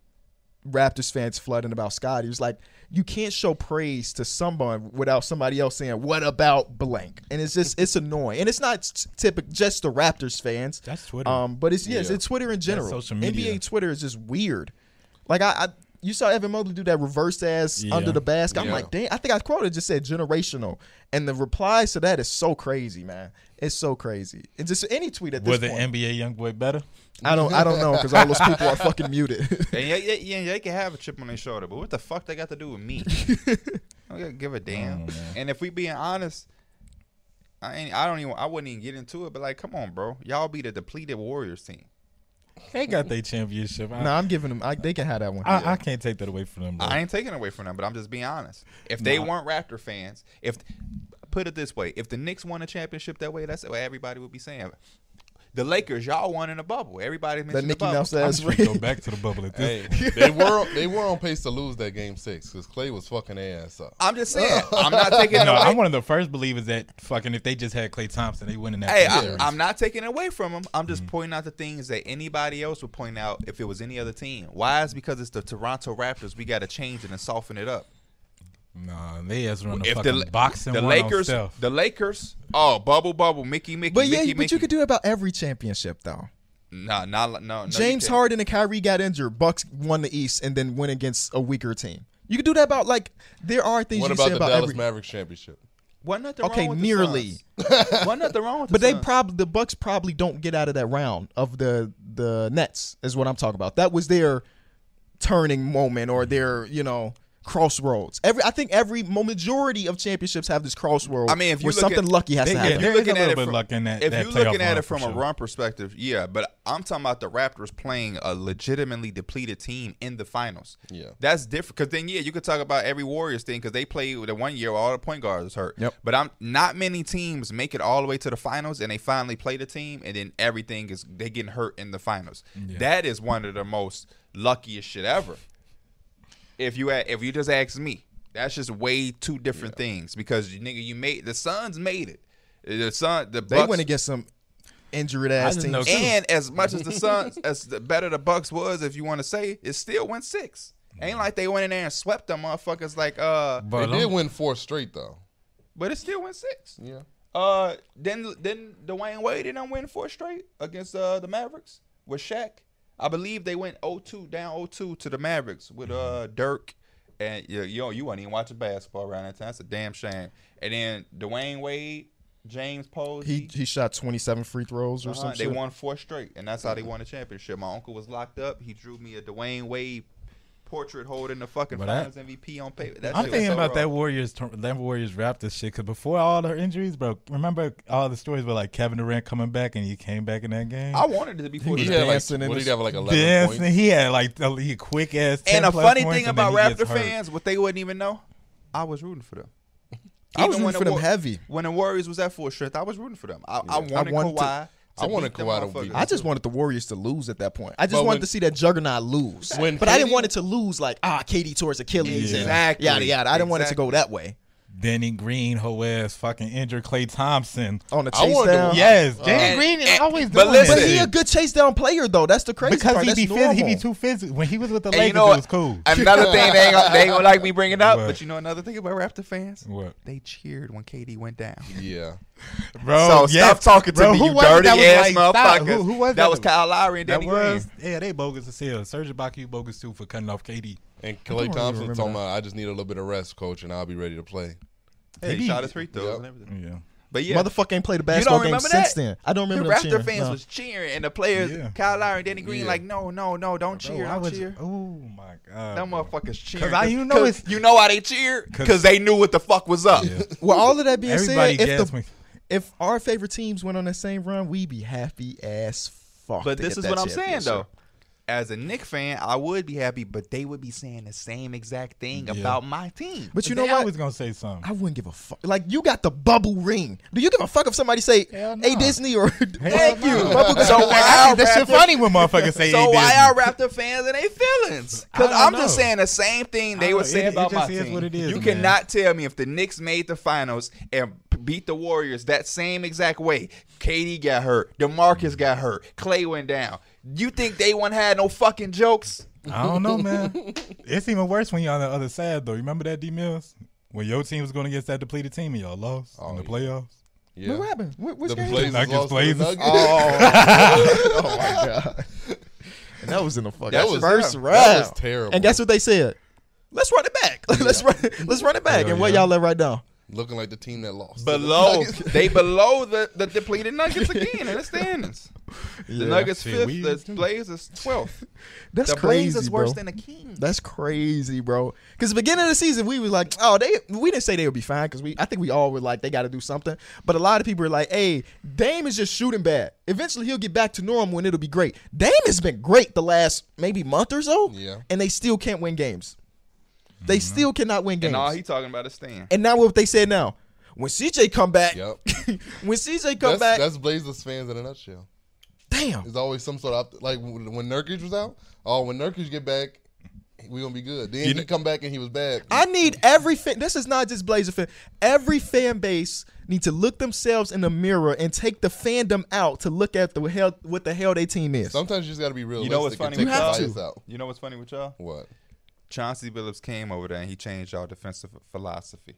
Raptors fans flooding about Scotty. It's like you can't show praise to someone without somebody else saying what about blank, and it's just it's annoying, and it's not t- typical just the Raptors fans. That's Twitter. Um, but it's yes, Yeah. it's Twitter in general. social media. NBA Twitter is just weird. Like I, I you saw Evan Mobley do that reverse ass Yeah. under the basket. I'm Yeah. like, dang. I think I quoted just said generational, and the replies to that is so crazy, man. It's so crazy. It's just any tweet at this Was the point. NBA young boy better? I don't, I don't know because all those people are fucking muted. And yeah, yeah, yeah, they can have a chip on their shoulder, but what the fuck they got to do with me? I don't give a damn. and if we being honest, I ain't, I don't even I wouldn't even get into it. But like, come on, bro, y'all be the depleted Warriors team. They got their championship. I, no, I'm giving them. I, they can have that one. I, I can't take that away from them. Bro. I ain't taking away from them, but I'm just being honest. If they weren't Raptor fans, if put it this way, if the Knicks won a championship that way, that's what everybody would be saying. The Lakers, y'all won in a bubble. Everybody mentioned That the Mickey bubble. Mouse I'm ass just gonna ring. go back to the bubble at this. Hey, they were they were on pace to lose that game six because Clay was fucking their ass up. I'm just saying. I'm not taking No, away. I'm one of the first believers that fucking if they just had Clay Thompson, they winning that. Hey, Yeah. I, I'm not taking it away from him. I'm Mm-hmm. just pointing out the things that anybody else would point out if it was any other team. Why? It's because it's the Toronto Raptors. We got to change it and soften it up. nah, they just run the if fucking the boxing. the one on Lakers, Steph. the Lakers. Oh, bubble, bubble, Mickey, Mickey, But yeah, Mickey, but Mickey. you could do it about every championship though. Nah, nah, no, no. you James can't. Harden and Kyrie got injured. Bucks won the East and then went against a weaker team. You could do that about like there are things What you can about say the about Dallas every. Mavericks championship? What nothing wrong Okay, with the nearly. Suns? What nothing wrong with the But they Suns? probably the Bucks probably don't get out of that round of the the Nets is what I'm talking about. That was their turning moment or their you know crossroads. Every I think every majority of championships have this crossroad. I mean, if you where look something at- lucky has They- to yeah, happen. If you're There is a looking at little it bit from, luck in that- if that you're playoff looking at run it for from a sure. run perspective, yeah. But I'm talking about the Raptors playing a legitimately depleted team in the finals. Yeah. that's different. Because then, yeah, you could talk about every Warriors thing because they play the one year where all the point guards was hurt. Yep. But I'm not many teams make it all the way to the finals and they finally play the team and then everything is they getting hurt in the finals. That is one of the most luckiest shit ever if you a- if you just ask me, that's just way two different things because you nigga, you made the Suns made it. The Sun, the They Bucks, went against some injured ass just teams. know- too. and as much as the Suns, as the better the Bucks was, if you want to say, it still went six. Ain't like they went in there and swept them motherfuckers like uh, but, But they did I'm- win four straight though. it still went six. Yeah. Uh, then then Dwayne Wade didn't win four straight against uh the Mavericks with Shaq. I believe they went 0-2 down 0-2 to the Mavericks with uh Mm-hmm. Dirk and you you, know, you weren't even watching basketball around that time. That's a damn shame. And then Dwayne Wade, James he Posey, he shot 27 free throws or uh-huh, something. they won four straight, and that's how Mm-hmm. they won the championship. My uncle was locked up. He drew me a Dwayne Wade portrait holding the fucking But I- Finals MVP on paper. That I'm shit was thinking so about raw. that Warriors, tur- that Warriors Raptors shit. Because before all her injuries, bro, remember all the stories where like Kevin Durant coming back and he came back in that game. I wanted it to be for He was the had like, dancing in what did his- he have like eleven Yes, and points? he had like a, he quick ass. And a 10 plus funny points, thing and then about he gets Raptor hurt. fans, what they wouldn't even know, I was rooting for them. I was Even rooting when the for them Wa- heavy. When the Warriors was at full strength, I was rooting for them. I, I wanted, wanted to- Kawhi. To, I wanted beat them Kawhi to beat motherfuckers. them. I just wanted the Warriors to lose at that point. I just But wanted when- to see that juggernaut lose. When but I didn't KD want it to lose like ah, Katie towards Achilles Exactly. and yada yada. I didn't want it to go that way Danny Green, whole ass fucking injured Clay Thompson. on the I chase wanted to- down. Yes, Danny Uh-huh. And- Green is and- always but doing listen- but this. he a good chase down player though. That's the crazy because part. he be That's phys- he be normal. too physical. When he was with the And Lakers, you know it was what? cool. Another thing they ain't, gonna, they ain't gonna like me bringing up, What? but you know another thing about Raptor fans, What? they cheered when KD went down. Yeah. Bro, so Oh, yes. stop talking to Bro, me, who you was it dirty that was ass like, stop? motherfuckers. Who, who was that? was Kyle Lowry and That Danny was Green. yeah, they bogus as hell. Serge Ibaka, bogus too for cutting off KD. And Clay really Thompson remember talking that. about I just need a little bit of rest, coach, and I'll be ready to play. Hey, He he shot be- his free throws Yep. and everything. Yeah, But yeah, Motherfucker ain't played a basketball game remember since that? then. I don't the remember them Raptor cheering. fans No. was cheering, and the players, Yeah. Kyle Lowry and Danny Green, Yeah. like, no, no, no, don't cheer, Bro, I don't was- cheer. Oh my god, That bro. motherfucker's cheering. 'Cause I- you know it's- you know why they cheered? 'Cause- Because they knew what the fuck was up. Yeah. Well, all of that being Everybody said, if gassed the me. if our favorite teams went on that same run, we'd be happy as fuck. But to this get is that what I'm saying, though. championship. As a Knicks fan, I would be happy, but they would be saying the same exact thing Yeah. about my team. But you know They what? always gonna say something. I wouldn't give a fuck. Like you got the bubble ring. Do you give a fuck if somebody say, Hell "Hey no. Disney" or "Thank no. you"? Bubble So gum. why That Raptor- shit funny when motherfuckers say. So they why didn't. are Raptor fans in their feelings? Because I don't I'm just know. saying the same thing I they don't would know. say It- it about my just is team. what it is, you man. cannot tell me if the Knicks made the finals and p- beat the Warriors that same exact way. KD got hurt, DeMarcus got hurt, Clay went down. You think they wouldn't had no fucking jokes? I don't know, man. it's even worse when you're on the other side, though. Remember that D Mills when your team was going against that depleted team and y'all lost Oh, in the yeah. plaloffs. Yeah. What happened? What, which The game? Blazers Nuggets, lost to the Blazers. Nuggets. oh my god! And that was in the fucking That was- first yeah, round. that was terrible. And guess what they said? Let's run it back. let's run. Let's run it back. Hell and where yeah. y'all at right now? Looking like the team that lost. Below, they below the, the depleted Nuggets again in the standings. The Nuggets Shit, we- fifth, the Blazers twelfth. That's The crazy, Blazers bro. worse than the Kings. That's crazy, bro. Because the beginning of the season, we was like, oh, they we didn't say they would be fine because we I think we all were like they got to do something. But a lot of people are like, hey, Dame is just shooting bad. Eventually, he'll get back to normal and it'll be great. Dame has been great the last maybe month or so. Yeah. and they still can't win games. They still cannot win games. Mm-hmm. And all he talking about is Stan. And now what they said now? When CJ come back, Yep. when CJ come that's, back, that's Blazers fans in a nutshell. Damn. It's always some sort of opt- like when when Nurkic was out. Oh, when Nurkic get back, we gonna be good. Then You he kn- come back and he was bad. I need every fan. This is not just Blazer fan. Every fan base need to look themselves in the mirror and take the fandom out to look at the hell what the hell they team is. Sometimes you just gotta be realistic. know what's funny And take with the y'all? bias out. You know what's funny with y'all? What? Chauncey Billups came over there and he changed y'all defensive philosophy.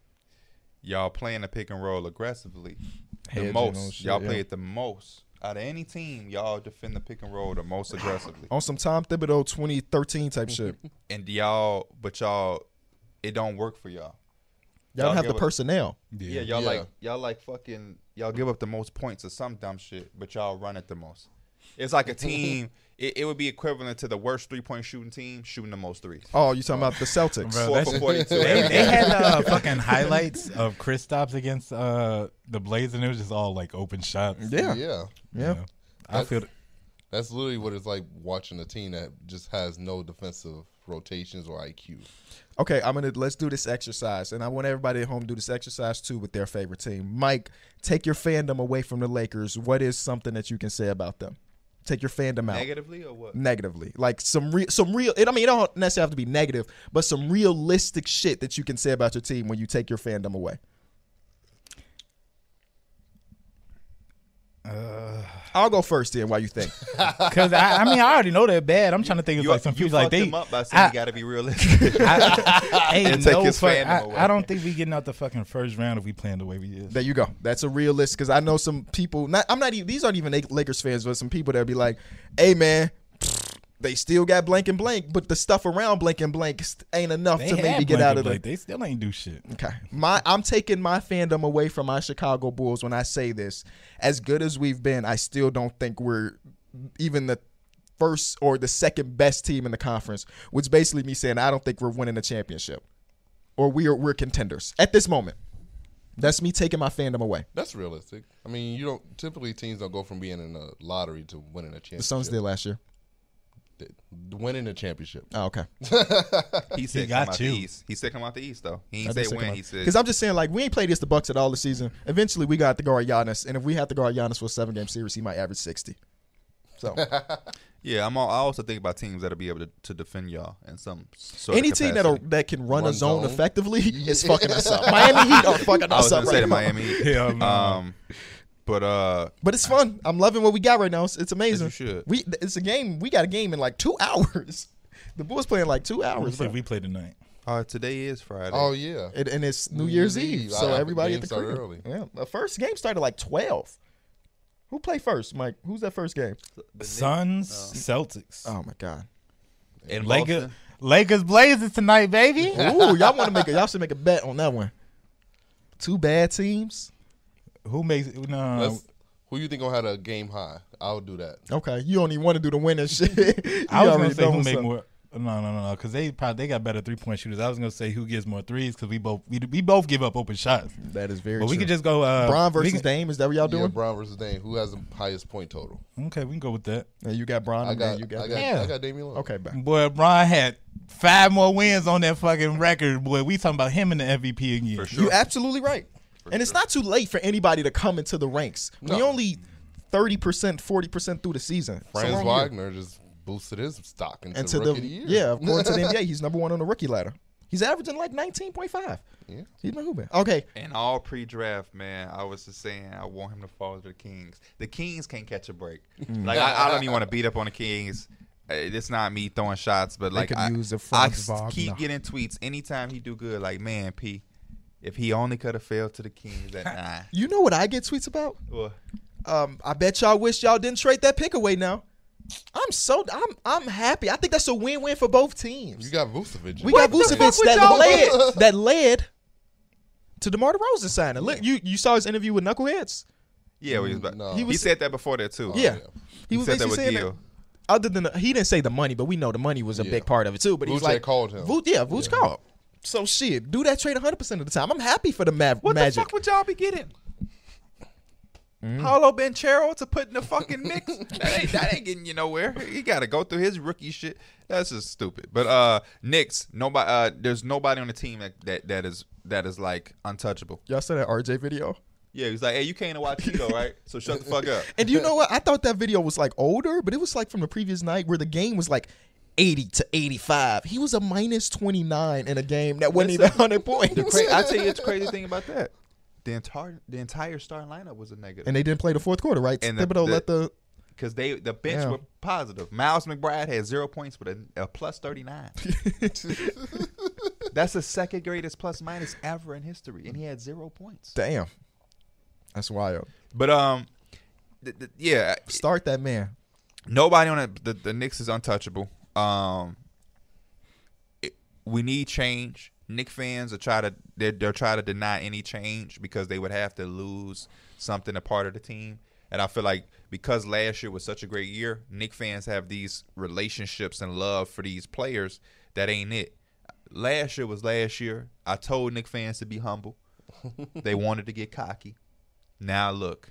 Y'all playing the pick and roll aggressively the Hedging on most. shit, y'all yeah. play it the most out of any team. Y'all defend the pick and roll the most aggressively, On some Tom Thibodeau 2013 type shit. and y'all, but y'all, it don't work for y'all. Y'all Y'all don't have get the what- personnel. Yeah, y'all Yeah. like y'all like fucking y'all give up the most points or some dumb shit, but y'all run it the most. It's like a team. it, it would be equivalent to the worst three point shooting team shooting the most threes. Oh, you talking about the Celtics? Bro, Four that's- for forty two. They, they had uh, fucking highlights of Chris stops against uh, the Blazers, and it was just all like open shots. Yeah. yeah. you Yeah. know? I feel That's literally what it's like watching a team that just has no defensive rotations or IQ. Okay, I'm gonna let's do this exercise, and I want everybody at home to do this exercise too with their favorite team. Mike, take your fandom away from the Lakers. What is something that you can say about them? Take your fandom out negatively or what? negatively, like some real, some real. It, I mean, it don't necessarily have to be negative, but some realistic shit that you can say about your team when you take your fandom away. Uh. I'll go first then. While you think, because I, I mean I already know they're bad. I'm trying to think of You, like some you people like fucked they. him up by saying I- you got to be realistic. I, ain't And take no his fuck- fandom I, away. I don't think we getting out the fucking first round if we playing the way we is. There you go. That's a real list because I know some people. Not I'm not even. These aren't even Lak- Lakers fans, but some people that be like, "Hey man, they still got blank and blank, but the stuff around blank and blank st- ain't enough They to had maybe get Blank out and of Blake. the." They still ain't do shit. Okay, my I'm taking my fandom away from my Chicago Bulls when I say this. As good as we've been, I still don't think we're even the first or the second best team in the conference. Which basically me saying I don't think we're winning a championship, or we are we're contenders at this moment. That's me taking my fandom away. That's realistic. I mean, you don't typically teams don't go from being in a lottery to winning a championship. The Suns did last year. Did- Winning a championship. Oh, okay. He said got come out you. the east. He said come out the east though. I He ain't did say say when. He said Because I'm just saying, like, we ain't played against the Bucks at all this season. Eventually, we got to guard Giannis, and if we have to guard Giannis for a seven game series, he might average sixty. So yeah. I'm. All, I also think about teams that'll be able to, to defend y'all in some sort any of team capacity. that that can run, a Run zone, zone. effectively is fucking us up. Miami Heat are fucking I was us gonna up say right to now. Miami. Heat. Hell no. Um, but uh, But it's fun. I'm loving what we got right now. It's, it's amazing. you should. We th- it's a game. We got a game in like two hours. The Bulls playing like two Let's hours, see bro. if we play tonight. uh, today is Friday. Oh yeah. and, and it's New Year's Eve, Eve. so I- I- everybody at game the started crib. early. Yeah, the first game started like twelve. Who played first, Mike? Who's that first game? Suns, Celtics, Oh my god. uh, in Lakers, Boston. Lakers, Blazers tonight, baby. Ooh, y'all want to make a y'all should make a bet on that one. Two bad teams. Who makes it? Um, No, Let's- who you think gonna have a game high? I'll do that. Okay, you don't even want to do the winning shit. You I was gonna already say know who what's make up. more. No, no, no, because they probably they got better three point shooters. I was gonna say who gets more threes because we both we, we both give up open shots. That is very. But we true. could just go uh, Bron we versus can- Dame. Is that what y'all Yeah, doing? Brown versus Dame. Who has the highest point total? Okay, we can go with that. Yeah, you got Bron. I and got. Dame. You got. I got. Dame. Yeah. I got Damian Lillard. Okay, back. Boy, Bron had five more wins on that fucking record. Boy, we talking about him in the MVP again. For sure. You absolutely right. and it's not too late for anybody to come into the ranks. We No. only thirty percent, forty percent through the season. It's a Franz long year. Wagner just boosted his stock into, And to the rookie of the year. yeah, according to the NBA, he's number one on the rookie ladder. He's averaging like nineteen point five. Yeah. He's been hooping. Okay, And all pre-draft, man, I was just saying I want him to fall to the Kings. The Kings can't catch a break. Mm. Like I, I don't even want to beat up on the Kings. Uh, It's not me throwing shots, but like could I, use a I Franz s- keep Wagner. getting tweets anytime he do good. Like man, P, if he only could have failed to the Kings at nine. you know what I get tweets about? Well, um, I bet y'all wish y'all didn't trade that pick away now. I'm so I'm I'm happy. I think that's a win-win for both You teams. got Vucevic. We got What the fuck Vucevic with that y'all? led that led to DeMar DeRozan signing. Look, you you saw his interview with Knuckleheads. yeah, we was about, No. he, He Mm, was- said that before that too. yeah. yeah. He was said that basically with saying that, Gil. other than the, he didn't say the money, but we know the money was a Yeah. big part of it too. But he's Vucevic like called him. Vu- yeah, Vuce called. So shit, do that trade 100 percent of the time. I'm happy for the Mav- What Magic. Mm. the fuck would y'all be getting? Paulo Banchero to put in the fucking mix. that, ain't, that ain't getting you nowhere. He got to go through his rookie shit. That's just stupid. But uh, Knicks, nobody. Uh, there's nobody on the team that, that that is that is like untouchable. y'all saw that RJ video? Yeah, he's like, hey, you came to watch Tito, right? So shut the fuck up. And you know what? I thought that video was like older, but it was like from the previous night where the game was like 80 to 85. He was a minus 29 in a game that wasn't even 100 points. The cra- I tell you, the crazy thing about that, the entire the entire starting lineup was a negative and they didn't play the fourth quarter, right? And And the- Thibodeau the- let the because they the bench Yeah. were positive. Miles McBride had zero points with a, a plus thirty nine. That's the second greatest plus minus ever in history, and he had zero points. damn. That's wild. But um, th- th- yeah, Start that man. nobody on it. The, the Knicks is untouchable. Um, it, we need change. Nick fans are try to they're, they're trying to deny any change because they would have to lose something a part of the team. And I feel like because last year was such a great year, Nick fans have these relationships and love for these players that ain't it. Last year was last year. I told Nick fans to be humble. they wanted to get cocky. Now look,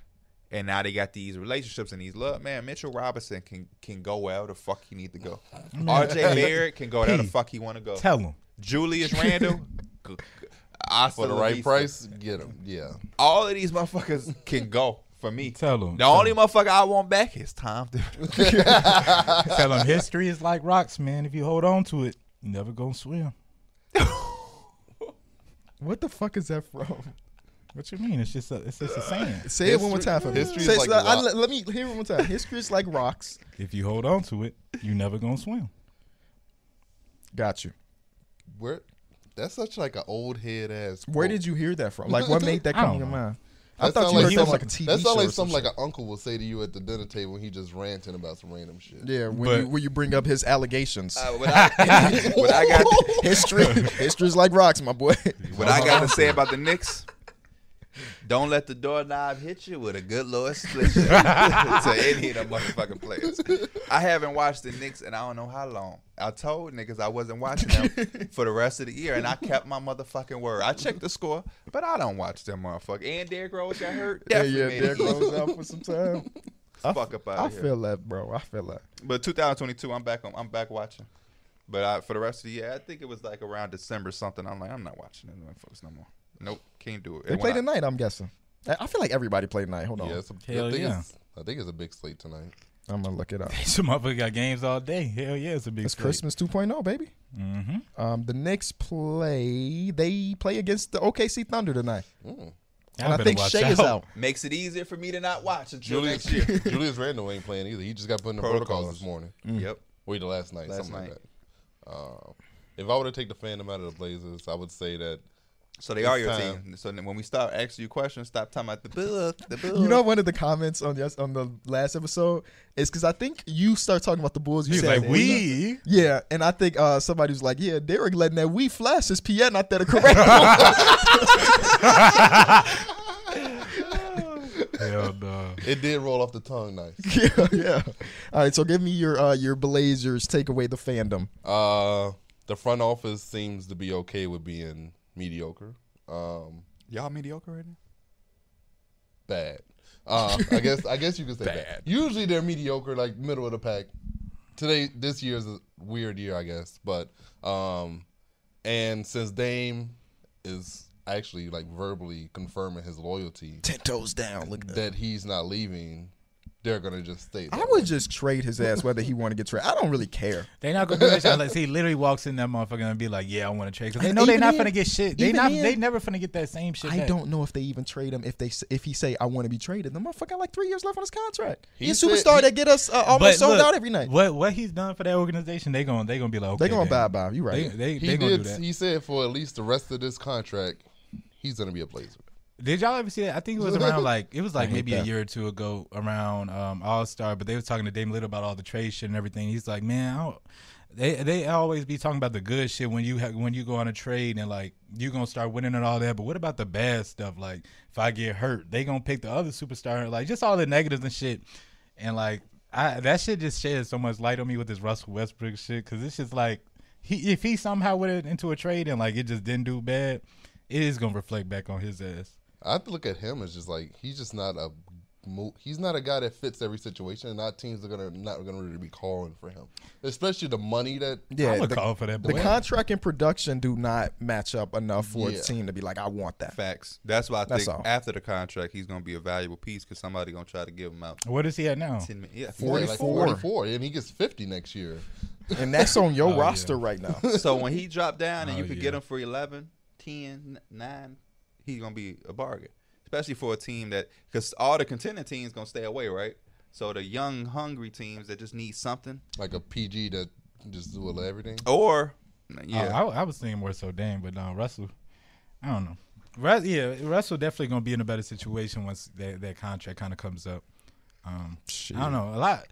and now they got these relationships and these love. Man, Mitchell Robinson can can go where the fuck he need to go. R.J. Barrett can go where the Hey, fuck he want to go. Tell him. Julius Randle, g- g- hasta For the la right vista. price, get him. Yeah. All of these motherfuckers can go for me. Tell 'em, The tell only motherfucker I want back is Tom. Thibodeau. Tell him history is like rocks, man. If you hold on to it, you never gonna swim. What the fuck is that from? What you mean? It's just a, it's just a saying. Say it one more History- time for me. history is Say- like I- I- rock- let me hear it one more time. History is like rocks. If you hold on to it, you never gonna swim. Got you. Where that's such like an old head ass. Where quote. did you hear that from? Like, what made that I come to don't your know. mind? I That thought sound you heard that from like some- like a TV That show. sounds like or some something like shit. an uncle will say to you at the dinner table when he just ranting about some random shit. yeah, when But- you when you bring up his allegations. Uh, what, I, what I got history, history's like rocks, my boy. what I got to say about the Knicks. Don't let the doorknob hit you with a good Lord split you to any of them motherfucking players. I haven't watched the Knicks in I don't know how long. I told niggas I wasn't watching them for the rest of the year, and I kept my motherfucking word. I checked the score, but I don't watch them motherfucker. And Derrick Rose got hurt. Definitely yeah, made yeah, it there easy. goes out for some time. I, Fuck up Oh, out I of here. feel that, bro. I feel that. But 2022, I'm back. On, I'm back watching. But I, for the rest of the year, I think it was like around December something. I'm like, I'm not watching them motherfuckers no more. Nope, can't do it. They And play when I- tonight. I'm guessing. I I feel like everybody played tonight. Hold on, Yeah, it's a, Hell I think yeah. it's- I think it's a big slate tonight. I'm gonna look it up. Some motherfucker got games all day. Hell yeah, it's a big. It's Christmas 2.0, baby. Mm-hmm. Um, the Knicks play. They play against the OKC Thunder tonight, and I think Shea is out. makes it easier for me to not watch until Julius next year. Julius Randle ain't playing either. He just got put in the protocols this morning. Yep. Wait, the last night, Last something like night. that. Uh, if I were to take the fandom out of the Blazers, I would say that So they are It's your time. team. So then when we start asking you questions, stop talking about the book, the book. You know, one of the comments on yes on the last episode is because I think you start talking about the Bulls. You He's said like we. Yeah, and I think uh, somebody was like, "Yeah, Derek letting that we flash his PN out there to correct." Hell no. it did roll off the tongue nice. yeah, yeah. All right, so give me your uh, your Blazers take away the fandom. Uh, the front office seems to be okay with being mediocre. Um, y'all mediocre right now. bad. Uh, I guess I guess you could say bad. Usually they're mediocre, like middle of the pack. Today, this year's a weird year, I guess. But um, and since Dame is actually like verbally confirming his loyalty Ten toes down. Uh, Look at that. that he's not leaving, they're gonna just stay. I there. would just trade his ass whether he want to get traded. I don't really care. They not gonna do that shit unless he literally walks in that motherfucker and be like, "Yeah, I want to trade." Because they know they Even not then- finna get shit. They even not. then- they never finna get that same shit. I back. don't know if they even trade him if they s- if he say I want to be traded. The motherfucker got like three years left on his contract. He He's a said- superstar he- that get us uh, But almost sold look, out every night. What what he's done for that organization, they gonna they gonna be like, okay, They gonna bye damn. bye. You They right? they, He they gonna do did. that. He said for at least the rest of this contract, he's gonna be a Blazer. Did y'all ever see that? I think it was around like it was like hate maybe a that. year or two ago around um, All Star, but they was talking to Dame Little about all the trade shit and everything. He's like, man, I don't, they they always be talking about the good shit when you ha- when you go on a trade and like you gonna start winning and all that. But what about the bad stuff? Like if I get hurt, they gonna pick the other superstar. Like just all the negatives and shit. And like I that shit just sheds so much light on me with this Russell Westbrook shit because it's just like he if he somehow went in- into a trade and like it just didn't do bad, it is gonna reflect back on his ass. I have to look at him as just like he's just not a mo- he's not a guy that fits every situation, and our teams are gonna not gonna really be calling for him, especially the money that. Yeah, I'm gonna the, call for that the boy. contract and production do not match up enough for Yeah. a team to be like, I want that. Facts. That's why I That's think all. after the contract, he's gonna be a valuable piece because somebody gonna try to give him out. what is he at now? Ten minutes. Yeah, Yeah, like 44. 44, and he gets fifty next year. And that's on your Oh, yeah. roster right now. so when he dropped down and Oh, you could yeah. get him for 11, 10, 9, he's going to be a bargain. Especially for a team that, because all the contending teams going to stay away, right? So the young, hungry teams that just need something. Like a PG that just do everything. Or, Oh, yeah. I, I was thinking more so Dame, but no, Russell. I don't know. Rus- yeah, Russell definitely gonna be in a better situation once that, that contract kind of comes up. Um, I don't know. A lot.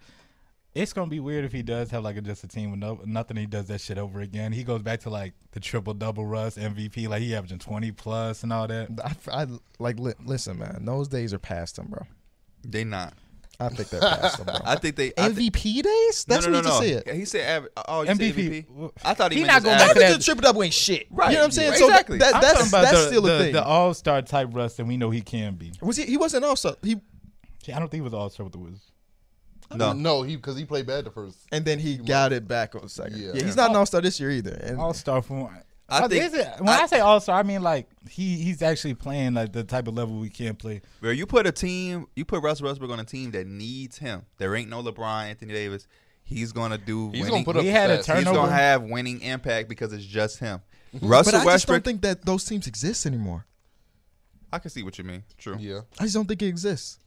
It's gonna be weird if he does have like a, just a team with no, nothing. He does that shit over again. He goes back to like the triple double Russ MVP, like he averaging twenty plus and all that. I, I like li- listen, man. Those days are past them, bro. They not. I think they're past them, bro. I think they. I thi- MVP days? That's no, what no, you no, just no. said. He said average. Oh, you said MVP. MVP. I thought he, He meant just not going back average. to that- Average triple double ain't shit. Right. You know what I'm saying? Yeah. So Exactly. that, I'm that's talking about that's the, still a the, thing. The uh, all star type Russ that we know he can be. was he? He wasn't also he, See, I don't think he was all star with the Wizards. No. no, he because he played bad the first. and then he got it back on the second. Yeah, Yeah. he's not an all star this year either. And All star for. I I think- think, when I, I- say all star, I mean like he he's actually playing like the type of level we can play. Where you put a team, you put Russell Westbrook on a team that needs him. There ain't no LeBron, Anthony Davis. He's gonna do. He's winning- gonna put up. he had a stats. turn- He's Turnover. gonna have winning impact because it's just him. but Russell I just Westbrook. don't think that those teams exist anymore. I can see what you mean. True. Yeah, I just don't think it exists.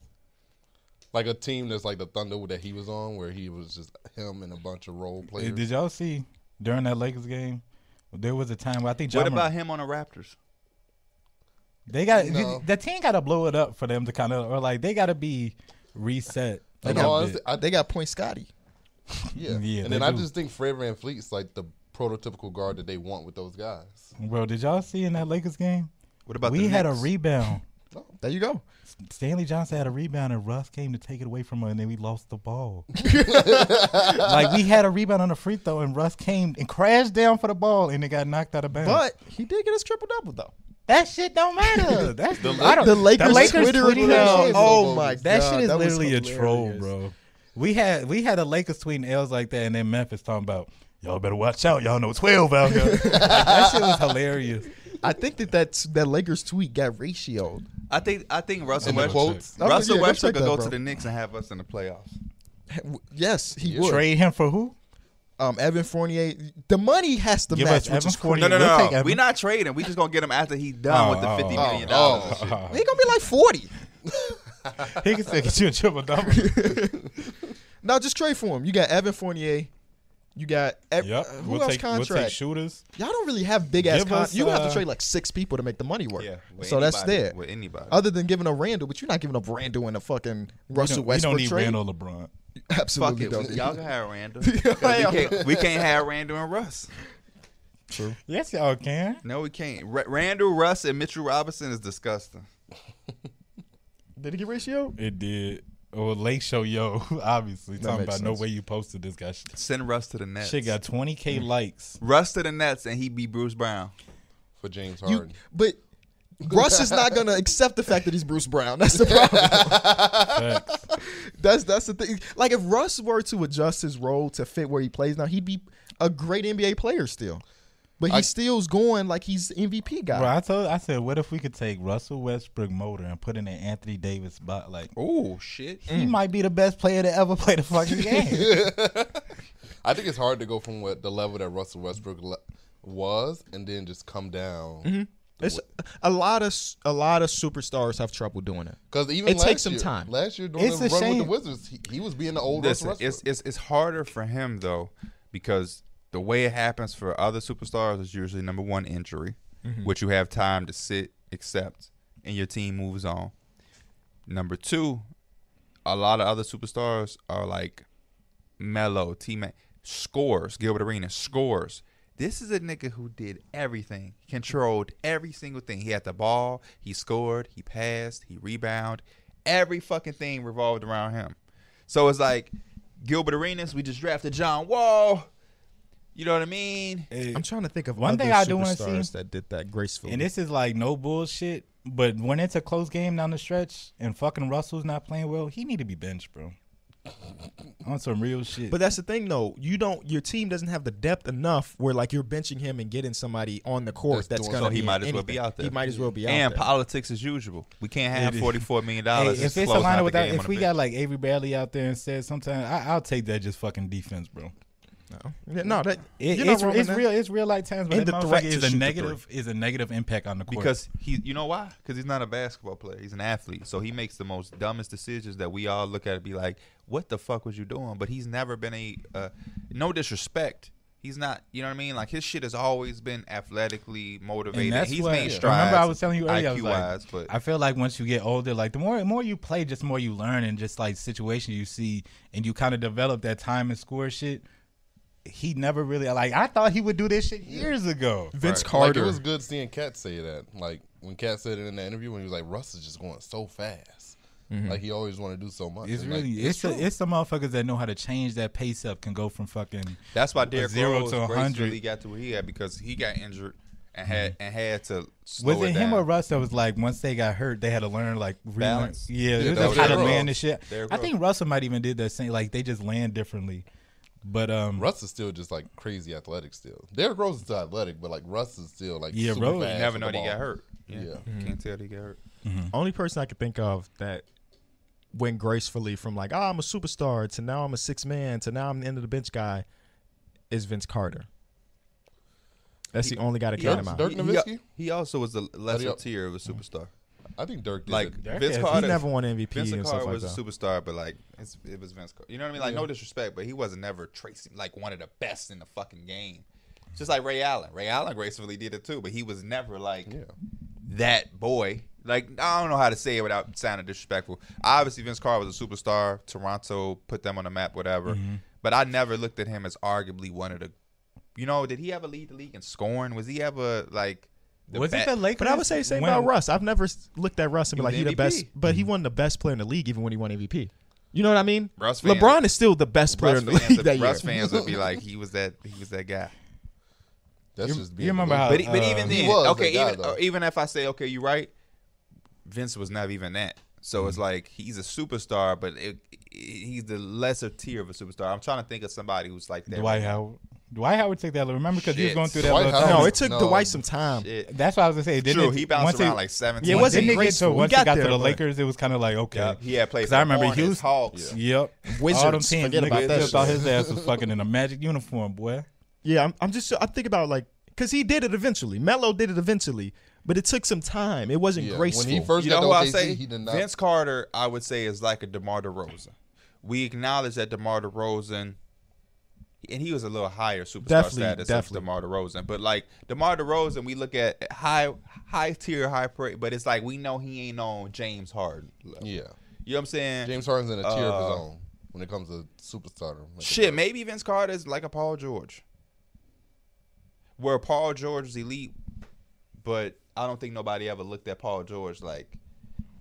like a team that's like the Thunder that he was on, where he was just him and a bunch of role Hey, players. Did y'all see during that Lakers game? There was a time where I think What Ja Morant- about him on the Raptors? they got No. the team got to blow it up for them to kind of or like they got to be reset. a They And got, little all bit. oh, I- they got Point Scotty. Yeah. Yeah, and they then I do. just think Fred Van Fleet's like the prototypical guard that they want with those guys. Bro, did y'all see in that Lakers game? What about we the had a Knicks? rebound. There you go. Stanley Johnson had a rebound and Russ came to take it away from her and then we lost the ball. like we had a rebound on a free throw and Russ came and crashed down for the ball and it got knocked out of bounds. But he did get his triple double though. that shit don't matter. That's the, I don't, The Lakers, Twitter tweeting account. that shit- Oh my god, That shit is was literally a troll, hilarious. bro. We had we had a Lakers tweeting L's like that, and then Memphis talking about y'all better watch out. Y'all know twelve out here. Like, that shit was hilarious. I think that that's, that Lakers tweet got ratioed. I think I think Russell And the Westbrook. quotes. Oh, Russell yeah, go Westbrook check could that, go bro. to the Knicks and have us in the playoffs. Yes, he Yeah. would. Trade him for who? Um, Evan Fournier. The money has to Give match, us which Evan is crazy. Fournier. No, no, We'll no. take Evan. We're not trading. We just gonna get him after he's done Oh, with the oh, fifty oh. million dollars. Oh, and shit. He gonna be like forty. he can still get you a triple double. No, just trade for him. You got Evan Fournier. You got ev- Yep. uh, who We'll else take, we'll contract? take shooters. Y'all don't really have big ass Give contracts. us, You have to uh, trade like six people to make the money work. Yeah. with so that's anybody- there. With anybody. Other than giving up Randall, but you're not giving up Randall in a fucking You Russell don't, you don't Westbrook need trade. Randall LeBron. Fuck Absolutely it. don't. Y'all can have Randall. 'Cause we, can't, we can't have Randall and Russ. Yes, y'all can. No, we can't. Ra- Randall, Russ, and Mitchell Robinson is disgusting. Did he get ratio? It did. Or Lake Show Yo, obviously talking about makes no sense. way you posted this guy. Send Russ to the Nets. Shit got twenty Mm. k likes. Russ to the Nets, and he beat Bruce Brown. for James You, Harden. but Russ is not gonna accept the fact that he's Bruce Brown. That's the problem. Facts. That's that's the thing. Like if Russ were to adjust his role to fit where he plays now, he'd be a great NBA player still. But he I- still's going like he's MVP guy. Bro, I told, I said, what if we could take Russell Westbrook motor and put in an Anthony Davis spot? Like, Oh shit. he might be the best player to ever play the fucking game. I think it's hard to go from what the level that Russell Westbrook le- was, and then just come down. It's a lot of s- a lot of superstars have trouble doing it. Because even It last takes some year- time. Last year during It's the a run with shame. the Wizards, he, he was being the old Listen, Russell it's, Westbrook. it's it's harder for him though because the way it happens for other superstars is usually number one injury, Mm-hmm. which you have time to sit, accept, and your team moves on. Number two, a lot of other superstars are like Melo, teammate, scores, Gilbert Arena, scores. This is a nigga who did everything, controlled every single thing. He had the ball, he scored, he passed, he rebounded. Every fucking thing revolved around him. So it's like Gilbert Arenas, we just drafted John Wall. You know what I mean? Hey, I'm trying to think of One other thing I do wanna see- superstars that did that gracefully. and this is like no bullshit. But when it's a close game down the stretch and fucking Russell's not playing well, he need to be benched, bro. On some real shit. But that's the thing, though. You don't. Your team doesn't have the depth enough where like you're benching him and getting somebody on the court That's that's, doing gonna. So he be might as well be anything. out there. He might as well be out and there. politics as usual. We can't have It is. forty four million Hey, dollars. if it's a lineup without, if we got like Avery Bradley out there instead, sometimes I, I'll take that just fucking defense, bro. No. Yeah, no, that It, you're not it's wrong in it's that. real. It's real life times. But And the the threat threat to is shoot a the negative is a negative impact on the court. because he, you know why? Because he's not a basketball player. He's an athlete, so he makes the most dumbest decisions that we all look at and be like, "What the fuck was you doing?" But he's never been a, uh, no disrespect. He's not, you know what I mean? Like his shit has always been athletically motivated. and that's he's what, made strides. Remember, I was telling you earlier, I was IQ like, wise, but I feel like once you get older, like the more more you play, just more you learn, and just like situation you see, and you kind of develop that time and score shit. He never really like. I thought he would do this shit years ago. Vince Right. Like, it Carter. was good seeing Cat say that. Like when Cat said it in the interview, when he was like, "Russ is just going so fast. Like he always want to do so much." It's And, like, really it's the, it's the motherfuckers that know how to change that pace up can go from fucking That's why Derrick zero Rose to a hundred. Mm-hmm. gracefully got to where he had because he got injured and had and had to slow was it down. him or Russ that was like once they got hurt they had to learn like relearn- Balance. Yeah, Yeah, it was that like was how to Derrick land Rose. and shit. Derrick I think Russell might even did that same like they just land differently. But um, Russ is still just like crazy athletic. Still, Derrick Rose is still athletic, but like Russ is still like Yeah, super Rose- fast You never with the know that he ball. got hurt. Yeah. Mm-hmm. Can't tell that he got hurt. Only person I could think of that went gracefully from like, oh, I'm a superstar to now I'm a six man to now I'm the end of the bench guy is Vince Carter. That's the only guy that came Dirk- him out. Dirk He- Nowitzki? He, he also was the lesser Adios. tier of a superstar. I think Dirk did Like it. Dirk Vince has- He Carter. never won MVP Vince and Carter stuff like was that. a superstar, but like it's, it was Vince Carter. You know what I mean? Like no disrespect, but he wasn't never tracing like one of the best in the fucking game. Just like Ray Allen. Ray Allen gracefully did it too, but he was never like Yeah. that boy. Like I don't know how to say it without sounding disrespectful. Obviously, Vince Carter was a superstar. Toronto put them on the map, whatever. Mm-hmm. But I never looked at him as arguably one of the. You know, did he ever lead the league in scoring? Was he ever like? was it best- the Lakers? But I would say the same when- Hmm. about Russ. I've never s- looked at Russ and be He like, was he the MVP. best, but he won the best player in the league even when he won MVP. You know what I mean? Russ fans- LeBron is still the best player Russ in the fans, league that Russ year. fans would be like, he was that, he was that guy. That's You- just you being remember the how- But, e- but Uh, even he then, was okay, that guy, even though. uh, even if I say, okay, you're right, Vince was not even that. So it's like he's a superstar, but it, it- he's the lesser tier of a superstar. I'm trying to think of somebody who's like that. Dwight Howard. Dwight Howard took that. Remember because he was Shit. going through that. Dwight little Howard- No, thing. it took No. Dwight some time. Shit. that's what I was gonna say. Didn't True, it, he bounced once around like seven Yeah, it times. wasn't didn't get graceful. to We once got he got there, to the but- Lakers, it was kind of like okay. Yeah, he had played. 'Cause for I the remember Hornets, Houston- Hawks. Yep. Wizards, All them teams, forget nigga, about that just thought shit. his ass was fucking in a magic uniform, boy. Yeah, I'm, I'm just I think about like because he did it eventually. Melo did it eventually, but it took some time. It wasn't Yeah, graceful. When he first You got know to who I OKC, say? he did not. Vince Carter, I would say, is like a DeMar DeRozan. We acknowledge that DeMar DeRozan, and he was a little higher superstar Definitely, status definitely. of DeMar DeRozan. But like DeMar DeRozan, we look at high high tier, high praise, but it's like we know he ain't on James Harden. level. yeah, You know what I'm saying? James Harden's in a tier of Uh, his own when it comes to superstardom. Like, Shit, maybe Vince Carter is like a Paul George. Where Paul George was elite, but I don't think nobody ever looked at Paul George like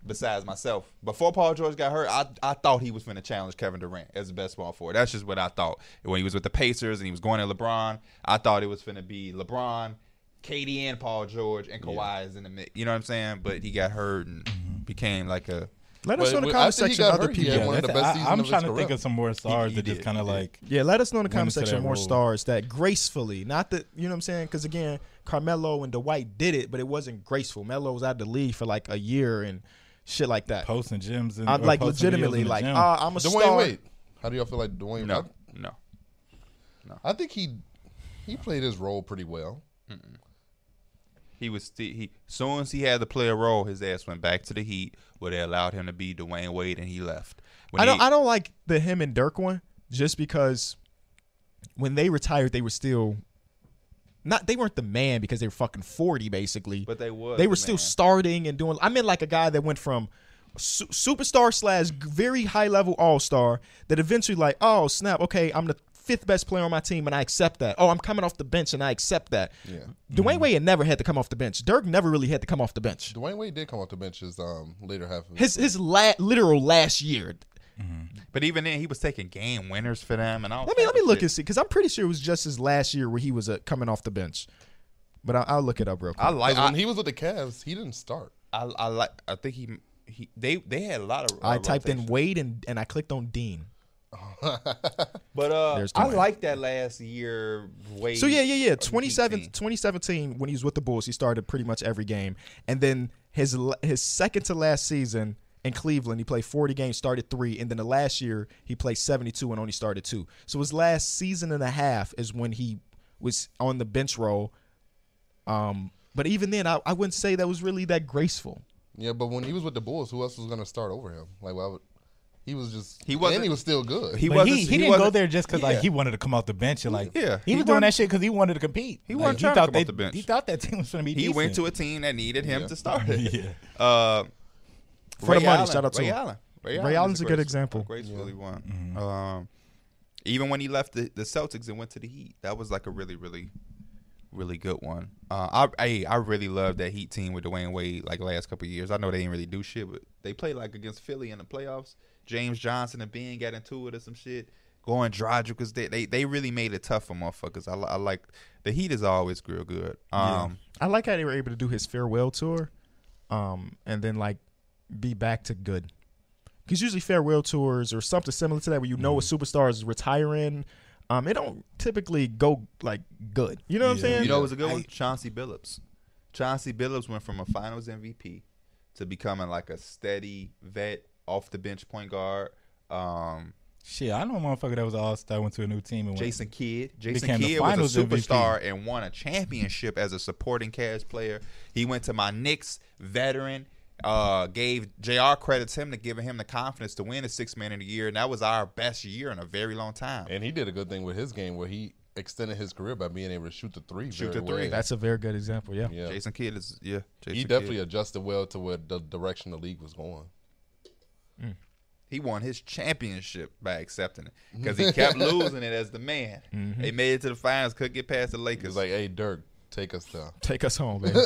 besides myself. Before Paul George got hurt, I, I thought he was going to challenge Kevin Durant as the best ball forward. That's just what I thought. When he was with the Pacers and he was going at LeBron, I thought it was going to be LeBron, KD, and Paul George, and Kawhi is in the mix. You know what I'm saying? But he got hurt and became like a. let us But know in the when- comment after he section got other hurt, he people. had Yeah, one of the that's- best I- seasons I'm of his trying to career. think of some more stars he that just did, kind of he did. like let us know in the comment into section that more role. stars that gracefully, not that you know what I'm saying. Because again, Carmelo and Dwight did it, but it wasn't graceful. Melo was out of the league for like a year and shit like that. posting gyms and I'm or like posting videos legitimately in the like, gym. ah, I'm a Dwayne star. Wade. How do y'all feel like Dwayne? No, no. I, I think he he played his role pretty well. He was sti- he soon as he had to play a role, his ass went back to the Heat where they allowed him to be Dwayne Wade, and he left. When I don't. he- I don't like the him and Dirk one, just because when they retired, they were still not. They weren't the man because they were fucking forty, basically. but they was they the were still man. starting and doing. I meant like a guy that went from su- superstar slash very high level all star that eventually like, oh snap, okay, I'm the fifth best player on my team and I accept that. Oh, I'm coming off the bench and I accept that. Yeah. Dwayne Wade had never had to come off the bench. Dirk never really had to come off the bench. Dwayne Wade did come off the bench his um, later half of His his la- literal last year. But even then, he was taking game winners for them, and all. Let me let me look at. and see because I'm pretty sure it was just his last year where he was uh, coming off the bench. But I, I'll look it up real quick. I like. Like, I, when he was with the Cavs, he didn't start. I, I like. I think he. He, they they had a lot of. uh, I typed in rotation. Wade and, and I clicked on Dean. but uh, There's I Dwayne. like that last year. Wade. So yeah, yeah, yeah. on the Heat 27, team. 2017, when he was with the Bulls, he started pretty much every game. And then his l- his second to last season in Cleveland, he played 40 games, started three, and then the last year he played 72 and only started two. So his last season and a half is when he was on the bench role. Um, but even then, I, I wouldn't say that was really that graceful. Yeah, but when he was with the Bulls, who else was going to start over him? Like, why would he was just He wasn't- and he was still good. He He, But wasn't. he, he, didn't wasn't- go there just because like Yeah. he wanted to come off the bench and like Yeah, he, he was doing wasn't- that shit because he wanted to compete. He Like, wasn't trying to thought come they- off the bench. He thought that team was going to be. He decent. went to a team that needed him Yeah. to start it. Yeah. Uh, For Ray the money, Allen, shout out to Ray him. Allen. Ray is Allen's a good grace- example. Gracefully won. Um, even when he left the, the Celtics and went to the Heat, that was like a really, really, really good one. Uh, I, I I really love that Heat team with Dwayne Wade. Like last couple of years, I know they didn't really do shit, but they played like against Philly in the playoffs. James Johnson and Ben got into it or some shit. Going Drogic was there. They they really made it tough for motherfuckers. I, li- I like the Heat is always real good. Um, I like how they were able to do his farewell tour, um, and then like be back to good. Because usually farewell tours or something similar to that, where you know Mm-hmm. a superstar is retiring, um, it don't typically go like good. You know what I'm Yeah. saying? You know, it was a good I- one. Chauncey Billups. Chauncey Billups went from a Finals MVP to becoming like a steady vet, off the bench point guard. Um, Shit, I know a motherfucker that was an all star went to a new team and went. Jason Kidd. Jason Became the Kidd was Finals a MVP. superstar and won a championship as a supporting cast player. He went to my Knicks, veteran. Uh, gave Jr. credits him to giving him the confidence to win a six man of the year, and that was our best year in a very long time. and he did a good thing with his game where he extended his career by being able to shoot the three. Shoot the very three. Well. That's a very good example. Yeah. Yeah, Jason Kidd is yeah. Jason he Kidd. definitely adjusted well to where the direction the league was going. he won his championship by accepting it because he kept losing it as the man. Mm-hmm. They made it to the finals, could get past the It's Lakers. like, hey, Dirk, take us down. Take us home, baby.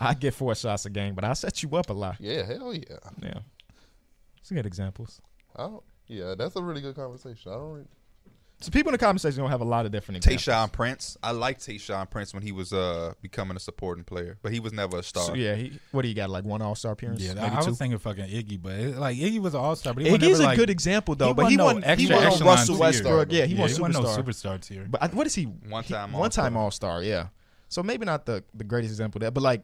I get four shots a game, but I set you up a lot. Yeah, hell yeah. Yeah. Some good examples. I don't, yeah, that's a really good conversation. I don't. Really, So people in the comment section don't have a lot of different examples. Tayshawn Prince, I liked Tayshawn Prince when he was uh becoming a supporting player, but he was never a star. So, yeah. He, what do you got? Like one All Star appearance? Yeah, maybe I, I two. was thinking fucking Iggy, but it, like Iggy was an all star. Iggy's a good example though, he but won he no won. he extra won on echelon Russell tier. Westbrook. Yeah, he yeah, won he wasn't no superstar. superstar tier. But I, what is he? One he- time one time All Star. Yeah. So maybe not the the greatest example of that, but like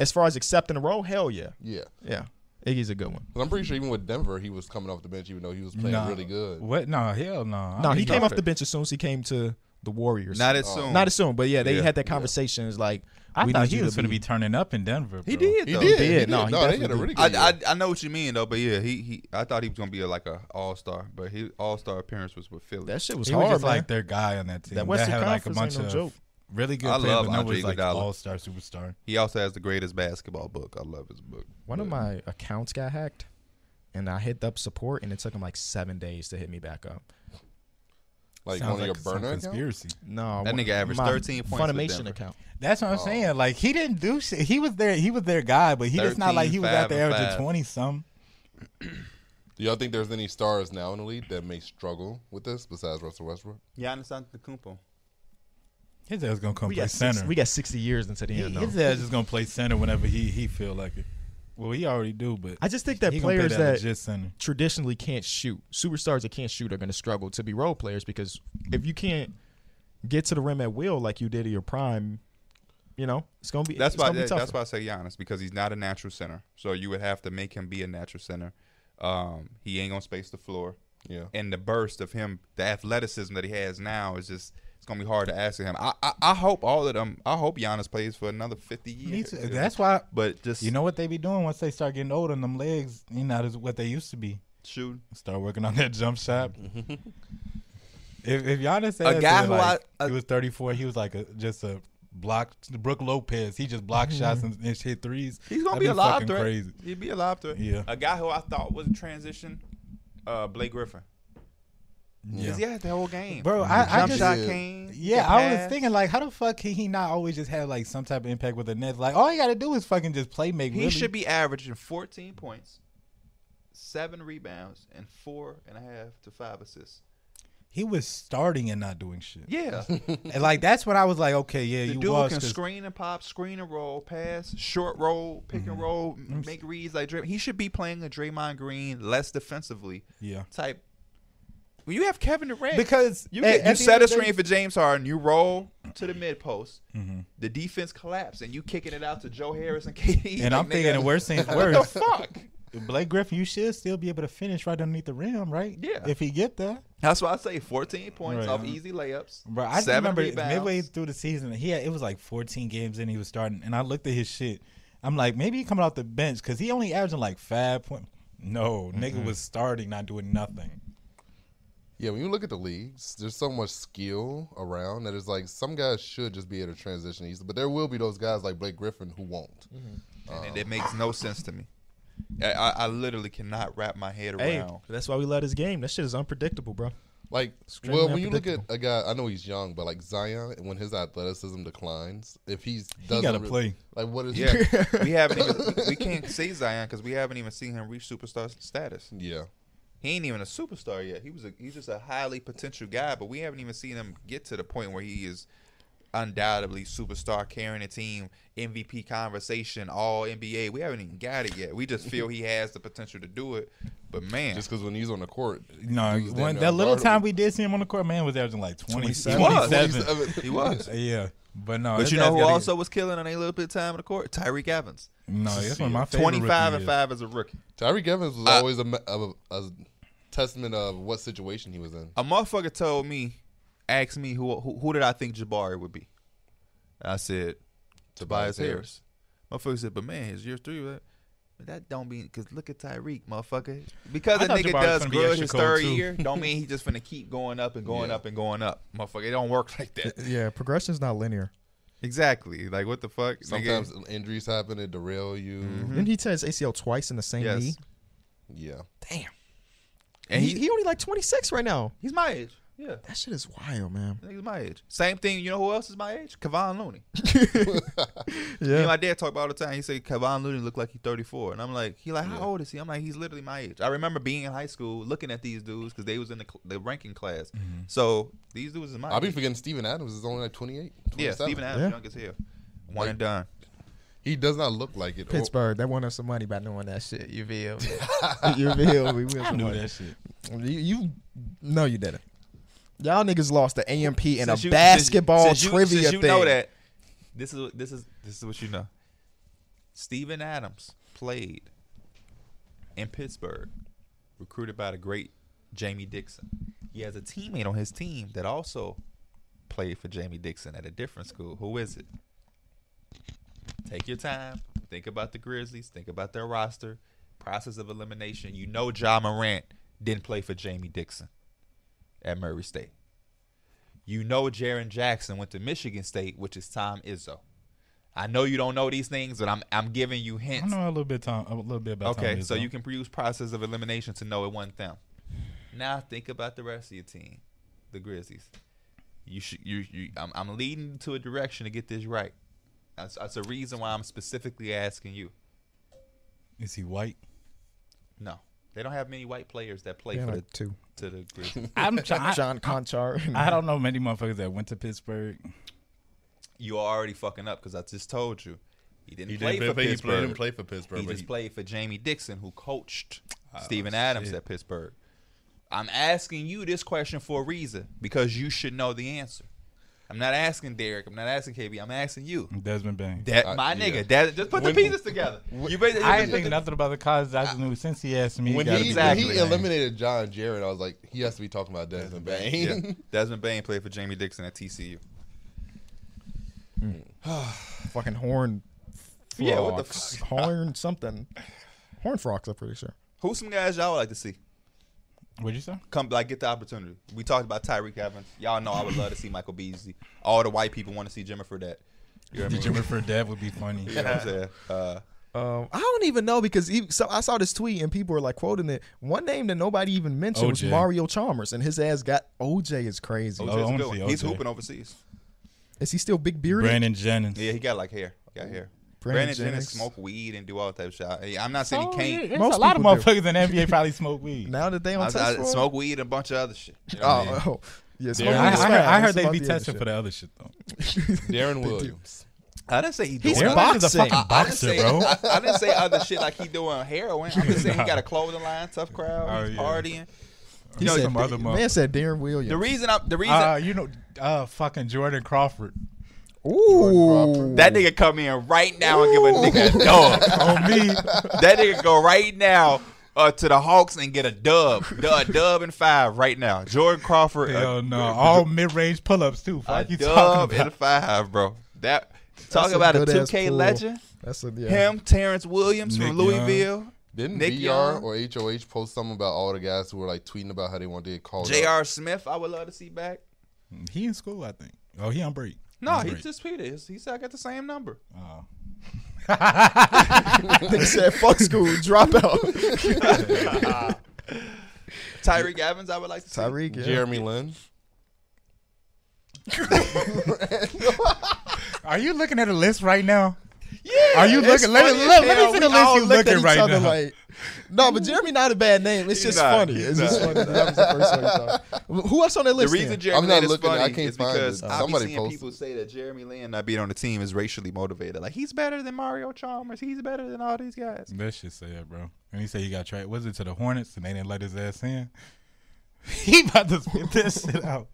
as far as accepting a role, hell yeah, yeah, yeah. Iggy's a good one. 'Cause I'm pretty sure even with Denver, he was coming off the bench, even though he was playing Nah. really good. What? No, hell no. I No, mean, he came no. off the bench as soon as he came to the Warriors. Not as soon. not as soon, but yeah, they Yeah. had that conversation. It's like I we thought need he you was to going to be turning up in Denver. he bro. did. He Though. did. He He did. did. No, No, he they had a definitely really good. I, year. I I know what you mean though, but yeah, he he I thought he was gonna be like a all star, but his all star appearance was with Philly. That shit was He hard, was just man. like their guy on that team. That That Western had like a Conference bunch ain't of no joke. really good I players, love but nobody's Andre like Iguodala. all star superstar. he also has the greatest basketball book. I love his book. One of But- my accounts got hacked, and I hit up support, and it took him like seven days to hit me back up. like Sounds one of your some burner accounts? conspiracy. No, That one- nigga averaged my 13 points with Funimation Denver. account. That's what I'm Oh. saying. Like he didn't do shit. He was there. He was their guy, but he just not like he was 13, out there five, averaging five. twenty some. Do y'all think there's any stars now in the league that may struggle with this besides Russell Westbrook? Giannis Antetokounmpo. His ass gonna come We play got six, center. we got sixty years into the He- end. though. his ass is gonna play center whenever he he feel like it. Well, he already do, but I just think that he gonna play players that that legit center. traditionally can't shoot, superstars that can't shoot are going to struggle to be role players because if you can't get to the rim at will like you did at your prime, you know it's going to be That's it's why. gonna be That, tougher. that's why I say Giannis because he's not a natural center. So you would have to make him be a natural center. Um, he ain't gonna space the floor, Yeah. and the burst of him, the athleticism that he has now is just. It's gonna be hard to ask him. I, I I hope all of them. I hope Giannis plays for another fifty Me years. too. That's why. But just You know what they be doing once they start getting older and them legs, you know, is what they used to be. shooting Start working on that jump shot. if if Giannis Mm-hmm. A said guy who like, I- a- he was 34, he was like a, just a block. Brooke Lopez, he just blocked shots and, and hit threes. Mm-hmm. He's gonna That'd be a live fucking threat. Crazy. He'd be a live threat. Yeah. A guy who I thought was a transition, uh, Blake Griffin. Yeah. Because he had the whole game. Bro, I, I jump just shot Yeah. king. yeah, the I was pass. thinking like, how the fuck can he not always just have like some type of impact with the Nets? Like, all he got to do is fucking just play make. He should be averaging 14 points, seven rebounds and four and a half to five assists. He was starting and not doing shit. Yeah, And like that's when I was like, okay, yeah, the you dude was. can 'cause- screen and pop, screen and roll, pass, short roll, pick Mm-hmm. and roll, m- make reads like Draymond. He should be playing a Draymond Green less defensively yeah. type. When you have Kevin Durant, Because you, at- get, at you the set end a of the screen day- Mm-hmm. for James Harden, you roll to the mid post, the defense collapse, and you kicking it out to Joe Harris and KD. And I'm Like, thinking nigga, the worst thing's What the worse. fuck? Blake Griffin, you should still be able to finish right underneath the rim, right? Yeah. If he get there. That's why I say 14 points Right, off huh? easy layups. Bro, I just seven remember rebounds. midway through the season, he had, it was like 14 games in he was starting, and I looked at his shit. I'm like, maybe he coming off the bench because he only averaging like five point. No, nigga was starting, not doing nothing. Yeah, when you look at the leagues, there's so much skill around that it's like some guys should just be able to transition easily, but there will be those guys like Blake Griffin who won't. and it makes no sense to me. I, I, I literally cannot wrap my head Hey, around. that's why we love this game. That shit is unpredictable, bro. Like, Extremely well, when you look at unpredictable. a guy, I know he's young, but like Zion, when his athleticism declines, if he's doesn't gotta re- play. like what is Yeah, we haven't. Even, we can't say Zion because we haven't even seen him reach superstar status. yeah, He ain't even a superstar yet. He was a, he's just a highly potential guy, but we haven't even seen him get to the point where he is undoubtedly superstar carrying a team, MVP conversation, all NBA. We haven't even got it yet. We just feel he has the potential to do it. But man, just because when he's on the court, No, He was when, damn that little unguardable. time we did see him on the court, man was averaging like 20, 27. 27. He was. he he was. Yeah, but no. But his you ass know who gotta- also was killing on a little bit of time in the court? Tyreek Evans. No, that's one of my favorite. Twenty-five rookie and years. five as a rookie. Tyreek Evans was Uh, always a, me- a, a testament of what situation he was in. A motherfucker told me, asked me who who, who did I think Jabari would be. I said Tobias Harris. Motherfucker said, but man, his year three. Right? But that don't mean because look at Tyreek, motherfucker. Because I a thought nigga Jabari was does gonna be good extra his cold, third too. year, don't mean he just finna keep going up and going Yeah. up and going up, motherfucker. It don't work like that. Yeah, progression's not linear. exactly. Like what the fuck? nigga? Mm-hmm. Sometimes injuries happen; it derail you. Didn't he tear his ACL twice in the same Yes. knee? Yeah, Damn. and he, he, he only like 26 right now. he's my age. Yeah, That shit is wild, man. nigga's my age. Same thing. You know who else is my age? Kevon Looney. Me and Yeah. my dad talk about all the time. He said Kevon Looney looked like he's 34, and I'm like, he like how old is he? I'm like, he's literally my age. I remember being in high school looking at these dudes because they was in the, cl- the ranking class. Mm-hmm. So these dudes is my. I'll be age. forgetting Steven Adams is only like 28, yeah, 27. Stephen Adams, Yeah. young as hell. One Like- and done. He does not look like it. Or- Pittsburgh, that won us some money by knowing that shit. You feel me? you feel me? We win I some knew money. that shit. You, you no, you didn't. Y'all niggas lost to AMP in a Since you- basketball since you- trivia since you thing. know that. This is this is this is what you know. Steven Adams played in Pittsburgh, recruited by the great Jamie Dixon. He has a teammate on his team that also played for Jamie Dixon at a different school. Who is it? Take your time. Think about the Grizzlies. Think about their roster. Process of elimination. You know Ja Morant didn't play for Jamie Dixon at Murray State. You know Jaron Jackson went to Michigan State, which is Tom Izzo. I know you don't know these things, but I'm I'm giving you I hints. know a little bit, Tom, a little bit about. Okay, Tom so Izzo. you can use process of elimination to know it wasn't them. Now think about the rest of your team, the Grizzlies. You should you, you I'm, I'm leading to a direction to get this right. That's, that's a reason why I'm specifically asking you. Is he white? No, they don't have many white players that play Yeah, for like the two. to the Grizzlies. I'm trying. John Conchar. I don't know many motherfuckers that went to Pittsburgh. you are already fucking up because I just told you he didn't He play didn't for play, he Pittsburgh. didn't play for Pittsburgh. He but just he- Oh, played for Jamie Dixon, who coached Steven Adams at Pittsburgh. I'm asking you this question for a reason because you should know the answer. I'm not asking Derek. I'm not asking KB. I'm asking you. Desmond Bain. That Uh, my yeah. nigga. That just put When- the pieces together. you basically I you didn't think put nothing about the college. I just knew since he asked me. when gotta he, be Exactly. when he Desmond Bain. eliminated John Jarrett, I was like, he has to be talking about Desmond the- Bain. Yeah. Desmond Bain played for Jamie Dixon at TCU. fucking horn. Yeah, what the frocks. fuck? Horn something. Horn frocks, I'm pretty sure. Who's some guys y'all would like to see What'd you say? come like get the opportunity? We talked about Tyreek Evans. Y'all know I would love to see Michael Beasley. All the white people want to see Jimmy Fredette. You know what I mean? Jimmy for Dev would be funny. You know what I'm saying? Uh, Um, I don't even know because even, so I saw this tweet and people were like quoting it. One name that nobody even mentioned was OJ. Mario Chalmers, and his ass got OJ is crazy. OJ's Oh, I a wanna good see one. He's OJ. hooping overseas. Is he still big bearded? Brandon Jennings. Yeah, he got like hair. Got hair. Brandon Jennings smoke weed and do all type of shit. I- I'm not Oh, saying he can't. It's Most Oh, a lot of people motherfuckers in the NBA probably smoke weed. Now that they I, on I test for it? smoke weed and a bunch of other shit. You know what I mean? Oh, oh, yeah. I, smoke I weed is heard, fine. I It's heard they about be the other testing shit. for the other shit though. Darren Williams. I didn't say he He's doing. Darren Williams is boxing. a fucking I didn't, boxer, say, bro. I, I didn't say other shit like he doing heroin. I'm just saying he got a clothing line, tough crowd, Oh, he's yeah. partying. He You know, said, some other man said Darren Williams. The reason I'm the reason Uh, you know, uh, fucking Jordan Crawford. Ooh, that nigga come in right now and give a nigga a dub. On me, that nigga go right now uh, to the Hawks and get a dub, Du- a dub and five right now. Jordan Crawford, hell a, no. All mid-range pull-ups too. a Fuck you dub talking about? and five, bro. That talk That's a about a good-ass 2K pool. legend. That's a, yeah. Him, Terrence Williams Nick from Young. Louisville. Didn't Nick VR Young. or HOH post something about all the guys who were like tweeting about how they want to get called? up? J.R. Smith, I would love to see back. He in school, I think. Oh, he on break. No, On he break. just tweeted. He said I got the same number. Oh. Nigga said, "Fuck school, drop out." Tyreek Evans, I would like to see. Tyreek, yeah. Jeremy Lin. Are you looking at a list right now? Yeah, Are you It's looking? Let funny me as look, let hell. me see We the list all you looked at looking each right other now. Like, no, but Jeremy not a bad name. It's He's just not. funny. It's He's just not. funny. That was the first one. you thought. Who else on that the list? reason then? Jeremy I'm not Lin looking, is I funny can't is find because it. I be Somebody seeing posted people say that Jeremy Lin not being on the team is racially motivated. Like he's better than Mario Chalmers. He's better than all these guys. That shit sad, bro. And he said he got traded. Was it to the Hornets and they didn't let his ass in? He about to spit this shit out.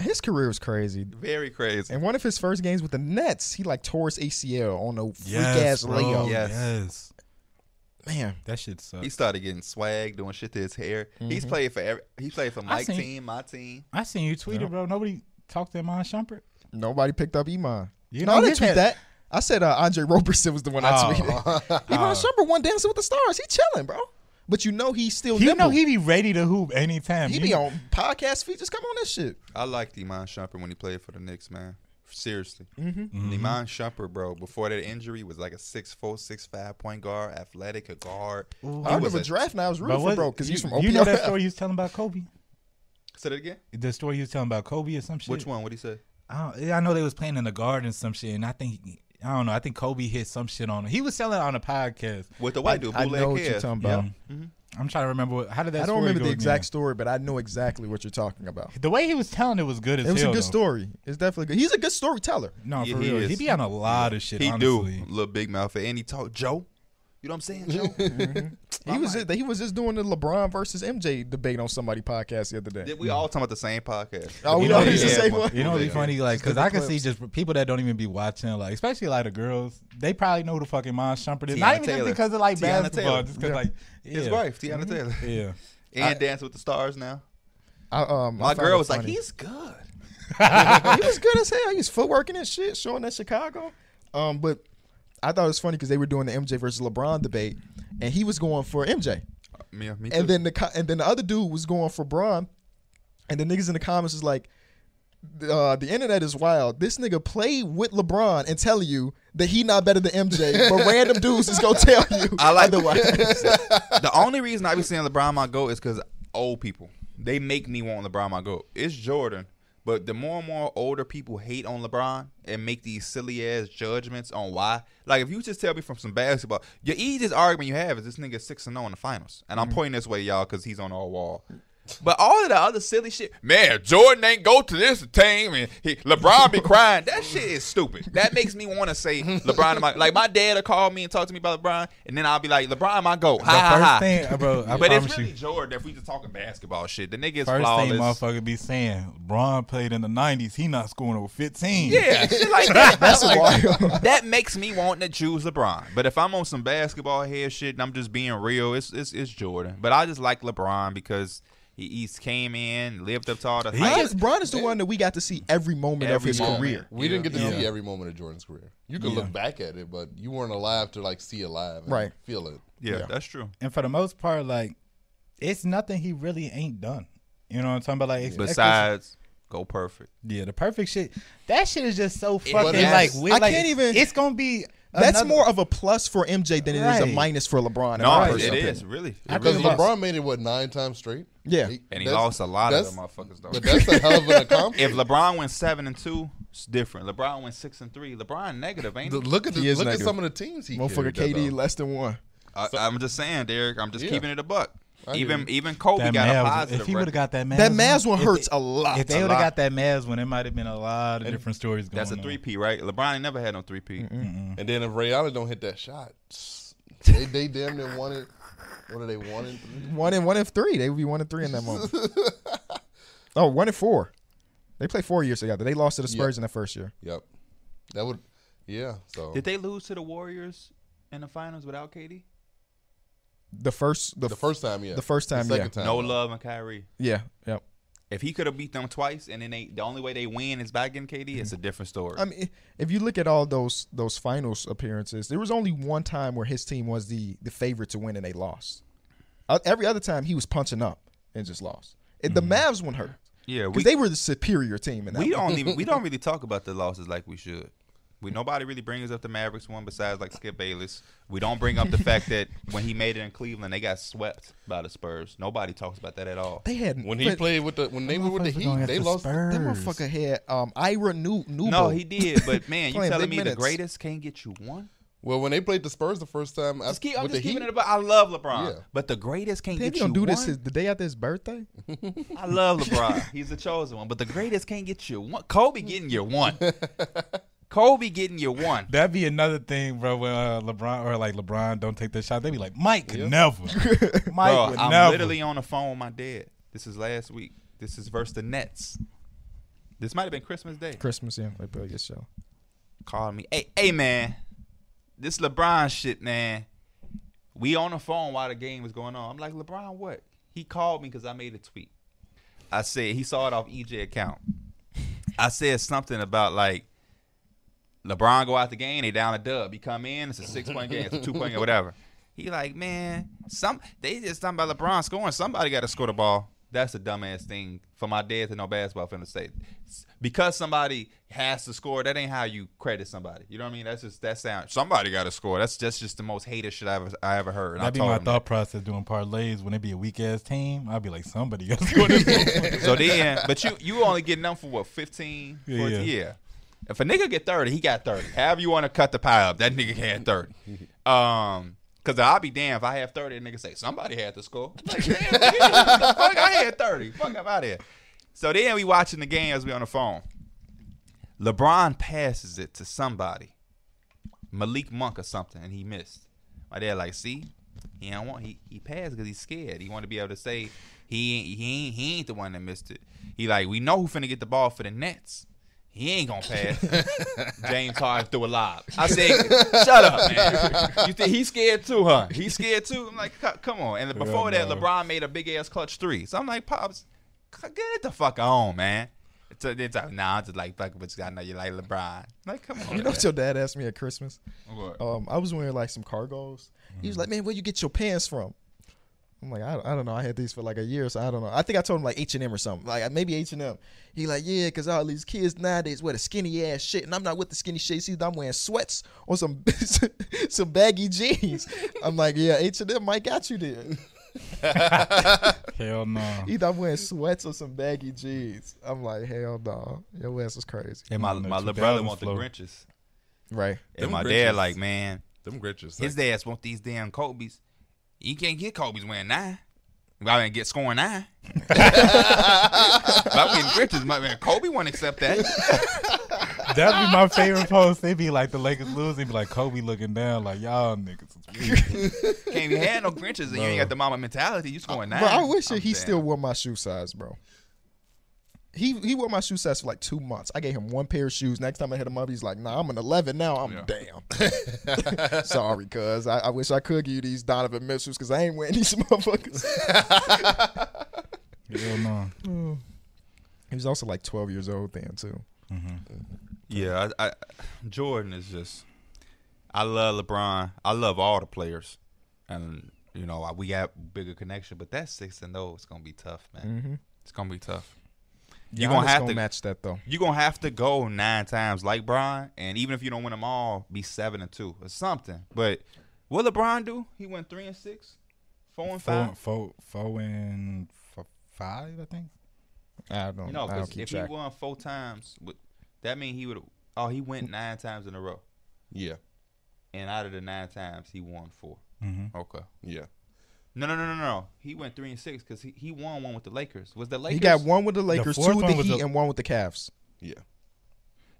His career was crazy. Very crazy. And one of his first games with the Nets, he like tore his ACL on a freak ass bro. layup. Yes. yes. Man, That shit sucks. He started getting swag, doing shit to his hair. He's Mm-hmm. played for every. He played for my seen- team, my team. I seen you tweeted, bro. Nobody talked to Iman Shumpert. nobody picked up Iman. You no, know I didn't his tweet head- that. I said uh, Andre Roberson was the one I Oh. tweeted. Iman Shumpert won Dancing with the Stars. He chilling, bro. But you know he's still You nimble. know he be ready to hoop anytime. He You- be on podcast features. Come on, this shit. I liked Iman Shumpert when he played for the Knicks, man. Seriously, mm-hmm. Iman Shumpert, bro. Before that injury, was like a six four, six five point guard, athletic, a guard. I He was remember a- drafting. I was But rooting for what- bro because he's you- from OPL. You know that story you was telling about Kobe? Say that again. The story you was telling about Kobe or some shit? Which one? What he said? I, don't, I know they was playing in the garden some shit, and I think I don't know. I think Kobe hit some shit on him. He was selling it on a podcast. With the white dude, I bootleg know what you're hair. talking about. Mm-hmm. I'm trying to remember what, how did that. I don't story remember go the again? exact story, but I know exactly what you're talking about. The way he was telling it was good as It was a hell. good though. story. It's definitely good. He's a good storyteller. No, Yeah, for he real, is. he be on a lot of shit. He honestly. do little big mouth, and he talk Joe. You know what I'm saying, Joe? He was he was just doing the LeBron versus MJ debate on somebody podcast the other day. Did we all talking about the same podcast? Oh, we You know, all used to yeah, say but- one. You know, it'd be Yeah. funny, like, because the I can see clips. just people that don't even be watching, like, especially like the girls, they probably know who the fucking Mon Shumpert is. Tiana Not even Taylor. just because of like Tiana basketball, Taylor. just because Yeah. Mm-hmm. like yeah. His wife, Tiana Taylor, Yeah. and Dance with the Stars. Now I, um, I my found it girl was like, funny. he's good. he oh, was good as hell. He was footworking and shit, showing that Chicago. Um, but I thought it was funny because they were doing the MJ versus LeBron debate, and he was going for MJ, Yeah, me too. and then the co- and then the other dude was going for Braun, and the niggas in the comments was like. Uh, the internet is wild. This nigga played with LeBron and tell you that he not better than MJ, but random dudes is gonna tell you I like- otherwise. the only reason I be saying LeBron my goat is because old people they make me want LeBron my goat. It's Jordan, but the more and more older people hate on LeBron and make these silly ass judgments on why. Like if you just tell me from some basketball, your easiest argument you have is this nigga six and zero in the finals, and I'm pointing this way, y'all, because he's on our wall. But all of the other silly shit, man, Jordan ain't go to this team and he, LeBron be crying. That shit is stupid. That makes me want to say LeBron. to My, like my dad will call me and talk to me about LeBron, and then I'll be like, LeBron, my goat. The Ha, ha, ha. first thing, uh, bro, I But it's promise really you, Jordan if we just talking basketball shit. The nigga is first thing flawless. motherfucker be saying, LeBron played in the '90s, he not scoring over 15. Yeah, shit like that. That's wild. that makes me want to choose LeBron. But if I'm on some basketball head shit and I'm just being real, it's it's, it's Jordan. But I just like LeBron because he, he came in, lived up to all the Bron, hype. is, Bron is the one that we got to see every moment Every of his moment. career. We didn't get to Yeah. see every moment of Jordan's career. You could look back at it, but you weren't alive to like see it live, and Right. Feel it. yeah, Yeah. that's true. And for the most part, like, it's nothing he really ain't done. You know what I'm talking about? Like, ex- ex- Besides, go perfect. yeah, the perfect shit. That shit is just so was- fucking like weird. I like, can't even- It's gonna be. That's another- more of a plus for MJ than it is a Right. minus for LeBron. in No, my it personal opinion. is really. It Because really about- LeBron made it what nine times straight. Yeah. and he that's- lost a lot of that's- them motherfuckers though. But that's a hell of an accomplishment. if LeBron went seven and two, It's different. LeBron went six and three. LeBron negative, ain't The- he? Look at He the, is look at negative. some of the teams he Motherfucker, carried, KD though. less than one. I, I'm just saying, Derek. I'm just Yeah. keeping it a buck. I hear Even you. even Kobe That got a Mavs- positive. if he would have record. got that Mavs, That Mavs one if hurts they- a lot. If A they would have lot. got that Mavs one, it might have been a lot of different stories going that's a on. three P, right? LeBron ain't never had no three P. And then if Ray Allen don't hit that shot, they, they damn near won it. What are they one and three? One and one and three. They would be one and three in that moment. oh, one and four. They played four years together. They lost to the Spurs in the first year. Yep, that would. Yeah. So Did they lose to the Warriors in the finals without KD? The first, the, the first time, yeah. the first time, second yeah. time, No though. love and Kyrie. yeah, yep. If he could have beat them twice, and then they the only way they win is by getting KD, it's a different story. I mean, if you look at all those those finals appearances, there was only one time where his team was the the favorite to win and they lost. Uh, every other time he was punching up and just lost. And the Mavs one hurt yeah, we because they were the superior team in that. we one. don't even we don't really talk about the losses like we should. We nobody really brings up the Mavericks one besides like Skip Bayless. We don't bring up the fact that when he made it in Cleveland, they got swept by the Spurs. Nobody talks about that at all. They had When he but played with the when they were with the Motherfuckers going Heat, at they the lost. Spurs. That motherfucker had um, Ira New Nubo. No, he did, but man, you Playing telling big me minutes. the greatest can't get you one? Well, when they played the Spurs the first time, I- Just keep, I'm with just the Heat, keeping it about. I love LeBron, Yeah. but the greatest can't Damn, get you you, don't do one. this his, the day after his birthday. I love LeBron. He's the chosen one, but the greatest can't get you one. Kobe getting your one. Kobe getting your one. That'd be another thing, bro. When uh, LeBron or like LeBron don't take that shot, they'd be like, Mike never. Mike Bro, would I'm never. literally on the phone with my dad. This is last week. This is versus the Nets. This might have been Christmas Day. Christmas, yeah, they play a good show. Called me. Hey, hey, man. This LeBron shit, man. We on the phone while the game was going on. I'm like, LeBron, what? He called me because I made a tweet. I said he saw it off EJ account. I said something about like LeBron go out the game, they down a dub. He come in, it's a six point game, it's a two point game, whatever. He like, man, some they just talking about LeBron scoring. Somebody got to score the ball. That's a dumbass thing for my dad to know basketball fan to say. S- Because somebody has to score, that ain't how you credit somebody. You know what I mean? That's just that sound. Somebody got to score. That's just just the most hated shit I ever I ever heard. And I That'd be told my him that. thought process doing parlays when it be a weak ass team. I'd be like, somebody else going to So then, but you you only getting them for what 15, Yeah, 14? yeah. yeah. If a nigga get thirty, he got thirty. However you want to cut the pie up, that nigga had thirty. Um, cause I'll be damned if I have thirty, a nigga say somebody had to score. Like, damn, nigga, what the fuck, I had thirty. Fuck up out here. So then we watching the game as we on the phone. LeBron passes it to somebody, Malik Monk or something, and he missed. My dad like, see, he don't want he he passed because he's scared. He want to be able to say he ain't he ain't he ain't the one that missed it. He like we know who finna get the ball for the Nets. He ain't gonna pass. James Harden threw a lob. I said, shut up, man. You think he's scared too, huh? He's scared too. I'm like, "C- come on. And before that, no. LeBron made a big ass clutch three. So I'm like, pops, c- get the fuck on, man. So then it's like, nah, I'm just like, fuck, but I know you like LeBron. Like, come on. You know man. what your dad asked me at Christmas? What? Mm-hmm. Um, I was wearing like some cargos. He was like, "Man, where you get your pants from?" I'm like, I, I don't know. I had these for like a year, so I don't know. I think I told him like H and M or something, like maybe H and M. He like, yeah, because all these kids nowadays wear the skinny ass shit, and I'm not with the skinny shit. See, I'm wearing sweats or some some baggy jeans. I'm like, yeah, H and M might got you there. Hell no. Either I'm wearing sweats or some baggy jeans. I'm like, hell no, your ass is crazy, Hey, My, man, the my little 2000s brother want the flow. Grinches. right? And Them my Grinches. dad like, man, them Grinches. his ass want these damn Kobe's. You can't get Kobe's wearing nine. I didn't get scoring nine. but I'm getting Grinches. My man, Kobe won't accept that. That'd be my favorite post. They'd be like the Lakers lose. They'd be like Kobe looking down, like y'all niggas is weak. Can't even have no Grinches and you ain't got the mama mentality. You scoring nine. Bro, I wish that I'm he saying. still wore my shoe size, bro. He he wore my shoe size for like two months. I gave him one pair of shoes. Next time I hit him up, he's like, "Nah, I'm an 11 now. I'm damn. Sorry, cuz I, I wish I could give you these Donovan missiles because I ain't wearing these motherfuckers." Hell no. he was also like 12 years old then too. Yeah, I, I, Jordan is just. I love LeBron. I love all the players, and you know I- we got bigger connection. But that six and zero is gonna be tough, man. Mm-hmm. It's gonna be tough. You gonna Giannis have to match that though. you gonna have to go nine times like Bron, and even if you don't win them all, be seven and two or something. But what LeBron do? He went three and six, four and Four, five. four, four and f- five, I think. I don't You know, I don't 'cause keep if track. he won four times, with- That mean he would. Oh, he went nine times in a row, Yeah, and out of the nine times, he won 4 Mm-hmm. Okay. yeah. No, no, no, no, no. He went three and six because he, he won one with the Lakers. Was the Lakers? He got one with the Lakers, fourth two with the one was Heat, the- and one with the Cavs. Yeah.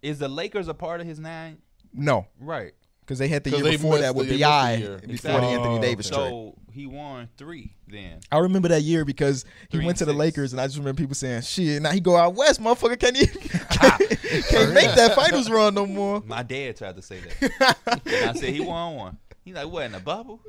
Is the Lakers a part of his nine? No, Right. because they had the 'Cause year they before missed that with the- they Bi missed the year. before Exactly. the Anthony Davis trade. So he won three then. I remember that year because he Three went to and the six. Lakers, and I just remember people saying, "Shit, now he go out west, motherfucker. Can't even can't, can't make that finals run no more." My dad tried to say that. and I said he won one. He's like, what in a bubble?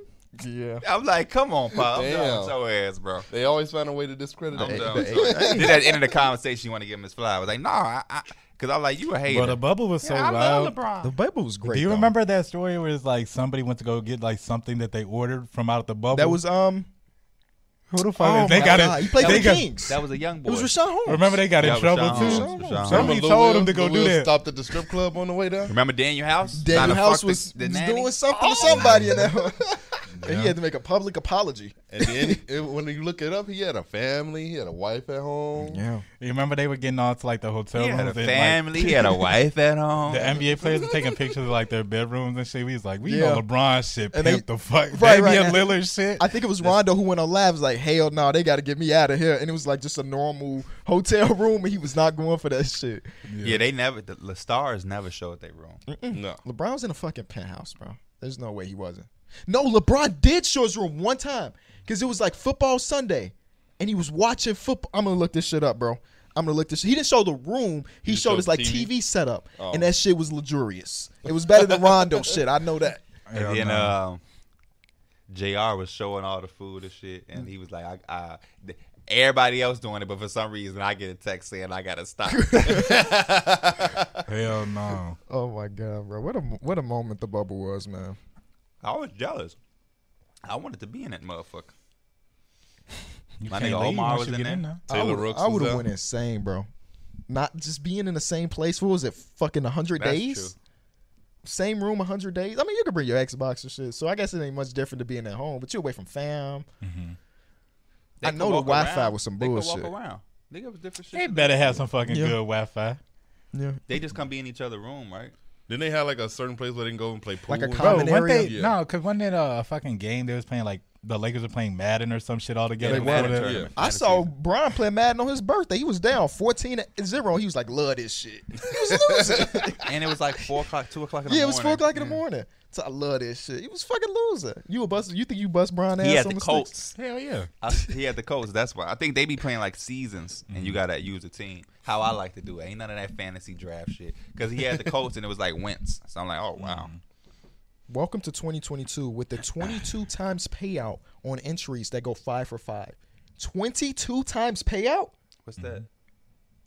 Yeah, I'm like, come on, pop. I'm done Damn. with your ass, bro. They always find a way to discredit I'm him. done. with your ass. Then at the end of the conversation, you want to give him his flowers. Like, nah, I, I, cause I'm like, you a hater. But the bubble was so I loud. love LeBron. the Bible was great. Do you though. remember that story where it's like somebody went to go get like something that they ordered from out the bubble? that was um? who the oh fuck? is- they my got God, it. He played for they the got, Kings. that was a young it boy. was Rashawn Holmes. Remember they got in Yeah, trouble Rashawn too. Holmes. Rashawn Somebody Remember Lou told Will? him to go do Lou Will that. Stopped at the strip club on the way down. Remember Daniel House? Trying Daniel to House fuck was, the, the was nanny? doing something to somebody in that. And he had to make a public apology. And then it- when you look it up, he had a family. He had a wife at home. You remember they were getting all to like the hotel He rooms had a and, like, family. he had a wife at home. the NBA players were taking pictures of like their bedrooms and shit. We was like, we Yeah. know LeBron shit, And pimp they- the fuck, Right, Damian right. Lillard shit. I think it was Rondo who went on live. Was like, hell no, they got to get me out of here. And it was like just a normal hotel room, and he was not going for that shit. yeah. they never. The, the stars never showed their room. No. LeBron was in a fucking penthouse, bro. There's no way he wasn't. No, LeBron did show his room one time because it was like football Sunday, and he was watching football. I'm gonna look this shit up, bro. I'm gonna look this. He didn't show the room. He, just showed showed his like TV, TV? setup, Oh. and that shit was luxurious. It was better than Rondo shit. I know that. Hell And then no. um, Jr. was showing all the food and shit, and he was like, I, I th- everybody else doing it, but for some reason, I get a text saying I gotta stop. Hell no. Oh my god, bro! What a what a moment the bubble was, man. I was jealous. I wanted to be in that motherfucker. You My can't nigga leave Omar once was you in get there. I Taylor would- Rooks I was would have out. went insane, bro. Not just being in the same place. What was it? Fucking hundred That's days. true. Same room, hundred days. I mean, you could bring your Xbox and shit. So I guess it ain't much different to being at home, but you're away from fam. They I could know the walk Wi-Fi around. was some They bullshit. could walk around. They give us different They shit. better have some fucking Yeah. good Wi-Fi. Yeah. They just come be in each other's room, right? Then they had like a certain place where they can go and play pool. Like a Bro, common one area. day, Yeah. no, because one day uh, a fucking game they was playing like the Lakers were playing Madden or some shit all together. They before Madden that. tournament. I Fantasy. saw Brian play Madden on his birthday. He was down 14 to 0. He was like, love this shit. He was losing. and it was like four o'clock, two o'clock in the morning. yeah, it was 4 o'clock in the morning. So I love this shit. He was fucking loser. You a bust, you think you bust Brian ass He had on the the sticks? Colts. Hell yeah. I, he had the coach. That's why I think they be playing like seasons, and you gotta use a team. How I like to do it. Ain't none of that fantasy draft shit. Because he had the coach, and it was like Wentz. So I'm like, oh wow. Welcome to 2022 with the 22 times payout on entries that go five for five. 22 times payout? What's that?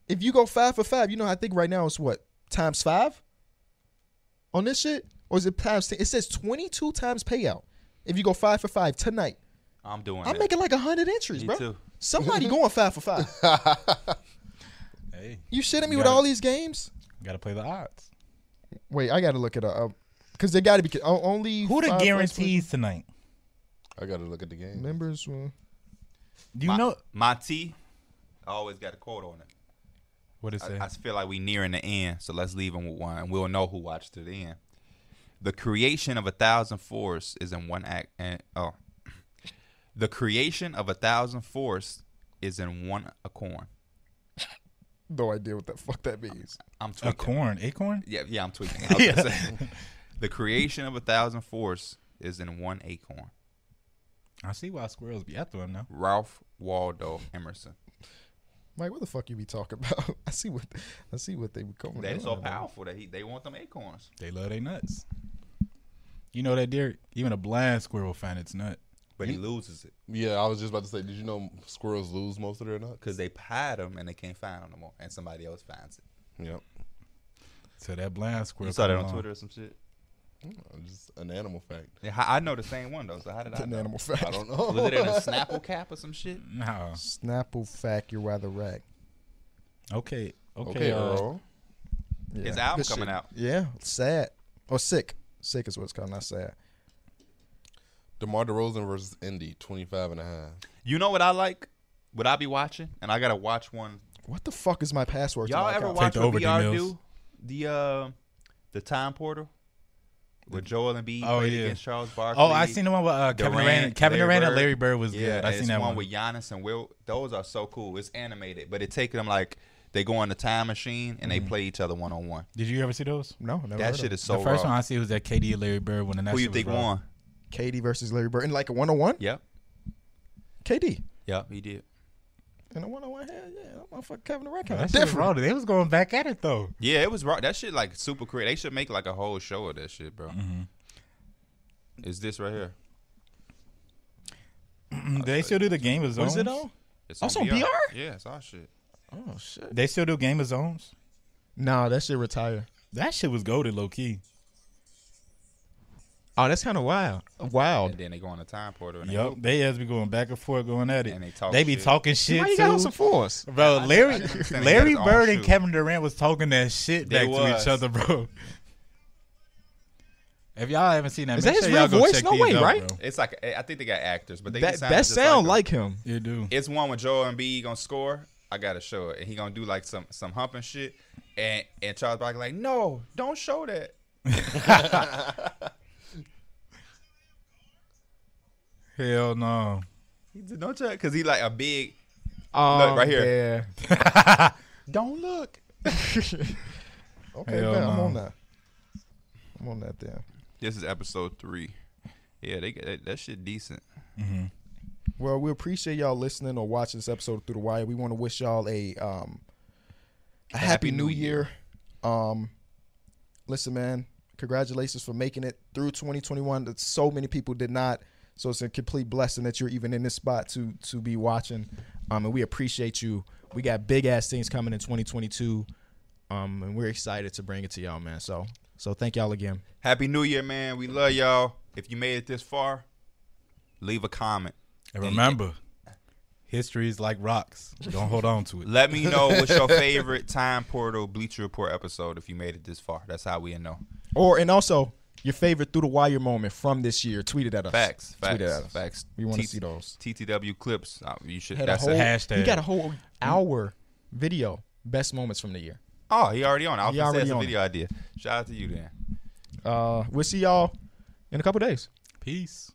If you go five for five, you know, I think right now it's what? Times five? On this shit? Or is it times 10? It says 22 times payout. If you go five for five tonight, I'm doing. I'm that. making like 100 entries, Me bro. too. Somebody going five for five. Hey, You shitting me You with gotta- all these games? gotta play the odds. Wait, I got to look it up. Because they got to be o- only. Who five the points per- guarantees tonight? I gotta look at the game. Members. will- Do you my, know my T. I always got a quote on it. what it say? I, I feel like we nearing the end, so let's leave him with one, and we'll know who watched to the end. The creation of a thousand forests is in one act. And, oh, the creation of a thousand forests is in one acorn. No idea what the fuck that means. I'm tweaking. Acorn, acorn. Yeah, yeah, I'm tweaking. I was gonna say, the creation of a thousand forests is in one acorn. I see why squirrels be after him now. Ralph Waldo Emerson. Mike, what the fuck you be talking about? I see what I see what they were calling. That is so on, man. powerful that he they want them acorns. They love their nuts. You know that deer, even a blind squirrel will find its nut. But he loses it Yeah, I was just about to say. Did you know squirrels lose most of their nuts? because they pied them and they can't find them no more, and somebody else finds it. Yep. So that blind squirrel. You saw that come on along. Twitter or some shit. Just an animal fact. Yeah, how- I know the same one though. So how did I? It's an Know? animal fact. I don't know. Was it in a Snapple cap or some shit? No. Snapple fact, you're rather rack. Okay. Okay. okay, uh, Earl. Yeah. His album Good coming shit. out. Yeah, sad or sick. Sick is what it's called, not sad. DeMar DeRozan versus Indy, 25 and a half. You know what I like? What I be watching, and I gotta watch one. What the fuck is my password? to Y'all my ever account? watch the what over, BR D-Mills. do? the uh, the time portal with Joel and B Oh, played yeah. against Charles Barkley? Oh, I seen the one with uh, Kevin Durant. Kevin Durant and Larry Bird was yeah, good. I and seen it's that one, one. with Giannis and Will. Those are so cool. It's animated, but it takes them like they go on the time machine and they play each other one on one. Did you ever see those? No, never That shit is so Mm-hmm. the first raw. one I see was that KD and Larry Bird when that Who shit you was think raw. won? KD versus Larry Bird in like a one on one. Yep, KD yep, he did. in a one on one. Hell yeah, that motherfucker Kevin Durant. Oh, That kinda shit was raw. They was going back at it though. Yeah, it was raw. That shit like super creative. They should make like a whole show of that shit, bro. Mm-hmm. It's this right here. Mm, They still do the game of zones. Was it on? It's Also on BR? Yeah, it's our shit. Oh shit. They still do game of zones. Nah, that shit retire. That shit was goaded low key. Oh, that's kind of wild. Wild. And then they go on the time portal. And Yup, They they has be going back and forth, going at it. And they talk be shit. talking shit Why you too. got on some force? Bro, Larry, didn't understand he Larry got his own Bird and shoe. Kevin Durant was talking that shit They back to was. each other, bro. If y'all haven't seen that, Is make that his sure real y'all go voice? check No these way, out, right? bro. it's like I think they got actors, but they That just that just sound like like him. You do. it's one with Joel and B gonna score. I gotta show it, and he gonna do like some some humping shit, and and Charles Barkley like, no, don't show that. Hell no. He said, don't check, cause he like a big. Oh, Look, right here. Yeah. Don't look. Okay, Hell man, I'm no. on that. I'm on that then. This is episode three. Yeah, they that, that shit decent. Well, we appreciate y'all listening or watching this episode through the wire. We want to wish y'all a um a happy, Happy new New year. Um listen, man, congratulations for making it through 2021 that so many people did not. So it's a complete blessing that you're even in this spot to to be watching. Um and we appreciate you. We got big ass things coming in 2022. Um and we're excited to bring it to y'all, man. So so thank y'all again. Happy New Year, man. We love y'all. If you made it this far, leave a comment. And remember, history is like rocks. Don't hold on to it. Let me know what's your favorite time portal Bleacher Report episode if you made it this far. That's how we know. Or and also your favorite through the wire moment from this year. Tweet it at us. Facts, Tweet it at facts, us. facts. We wanna T- see those. TTW clips. Uh, you should. had That's a whole a, hashtag. He got a whole hour video best moments from the year. oh, he already on. I was He gonna say already that's a on. video idea. Shout out to you, then. Uh, we'll see y'all in a couple days. Peace.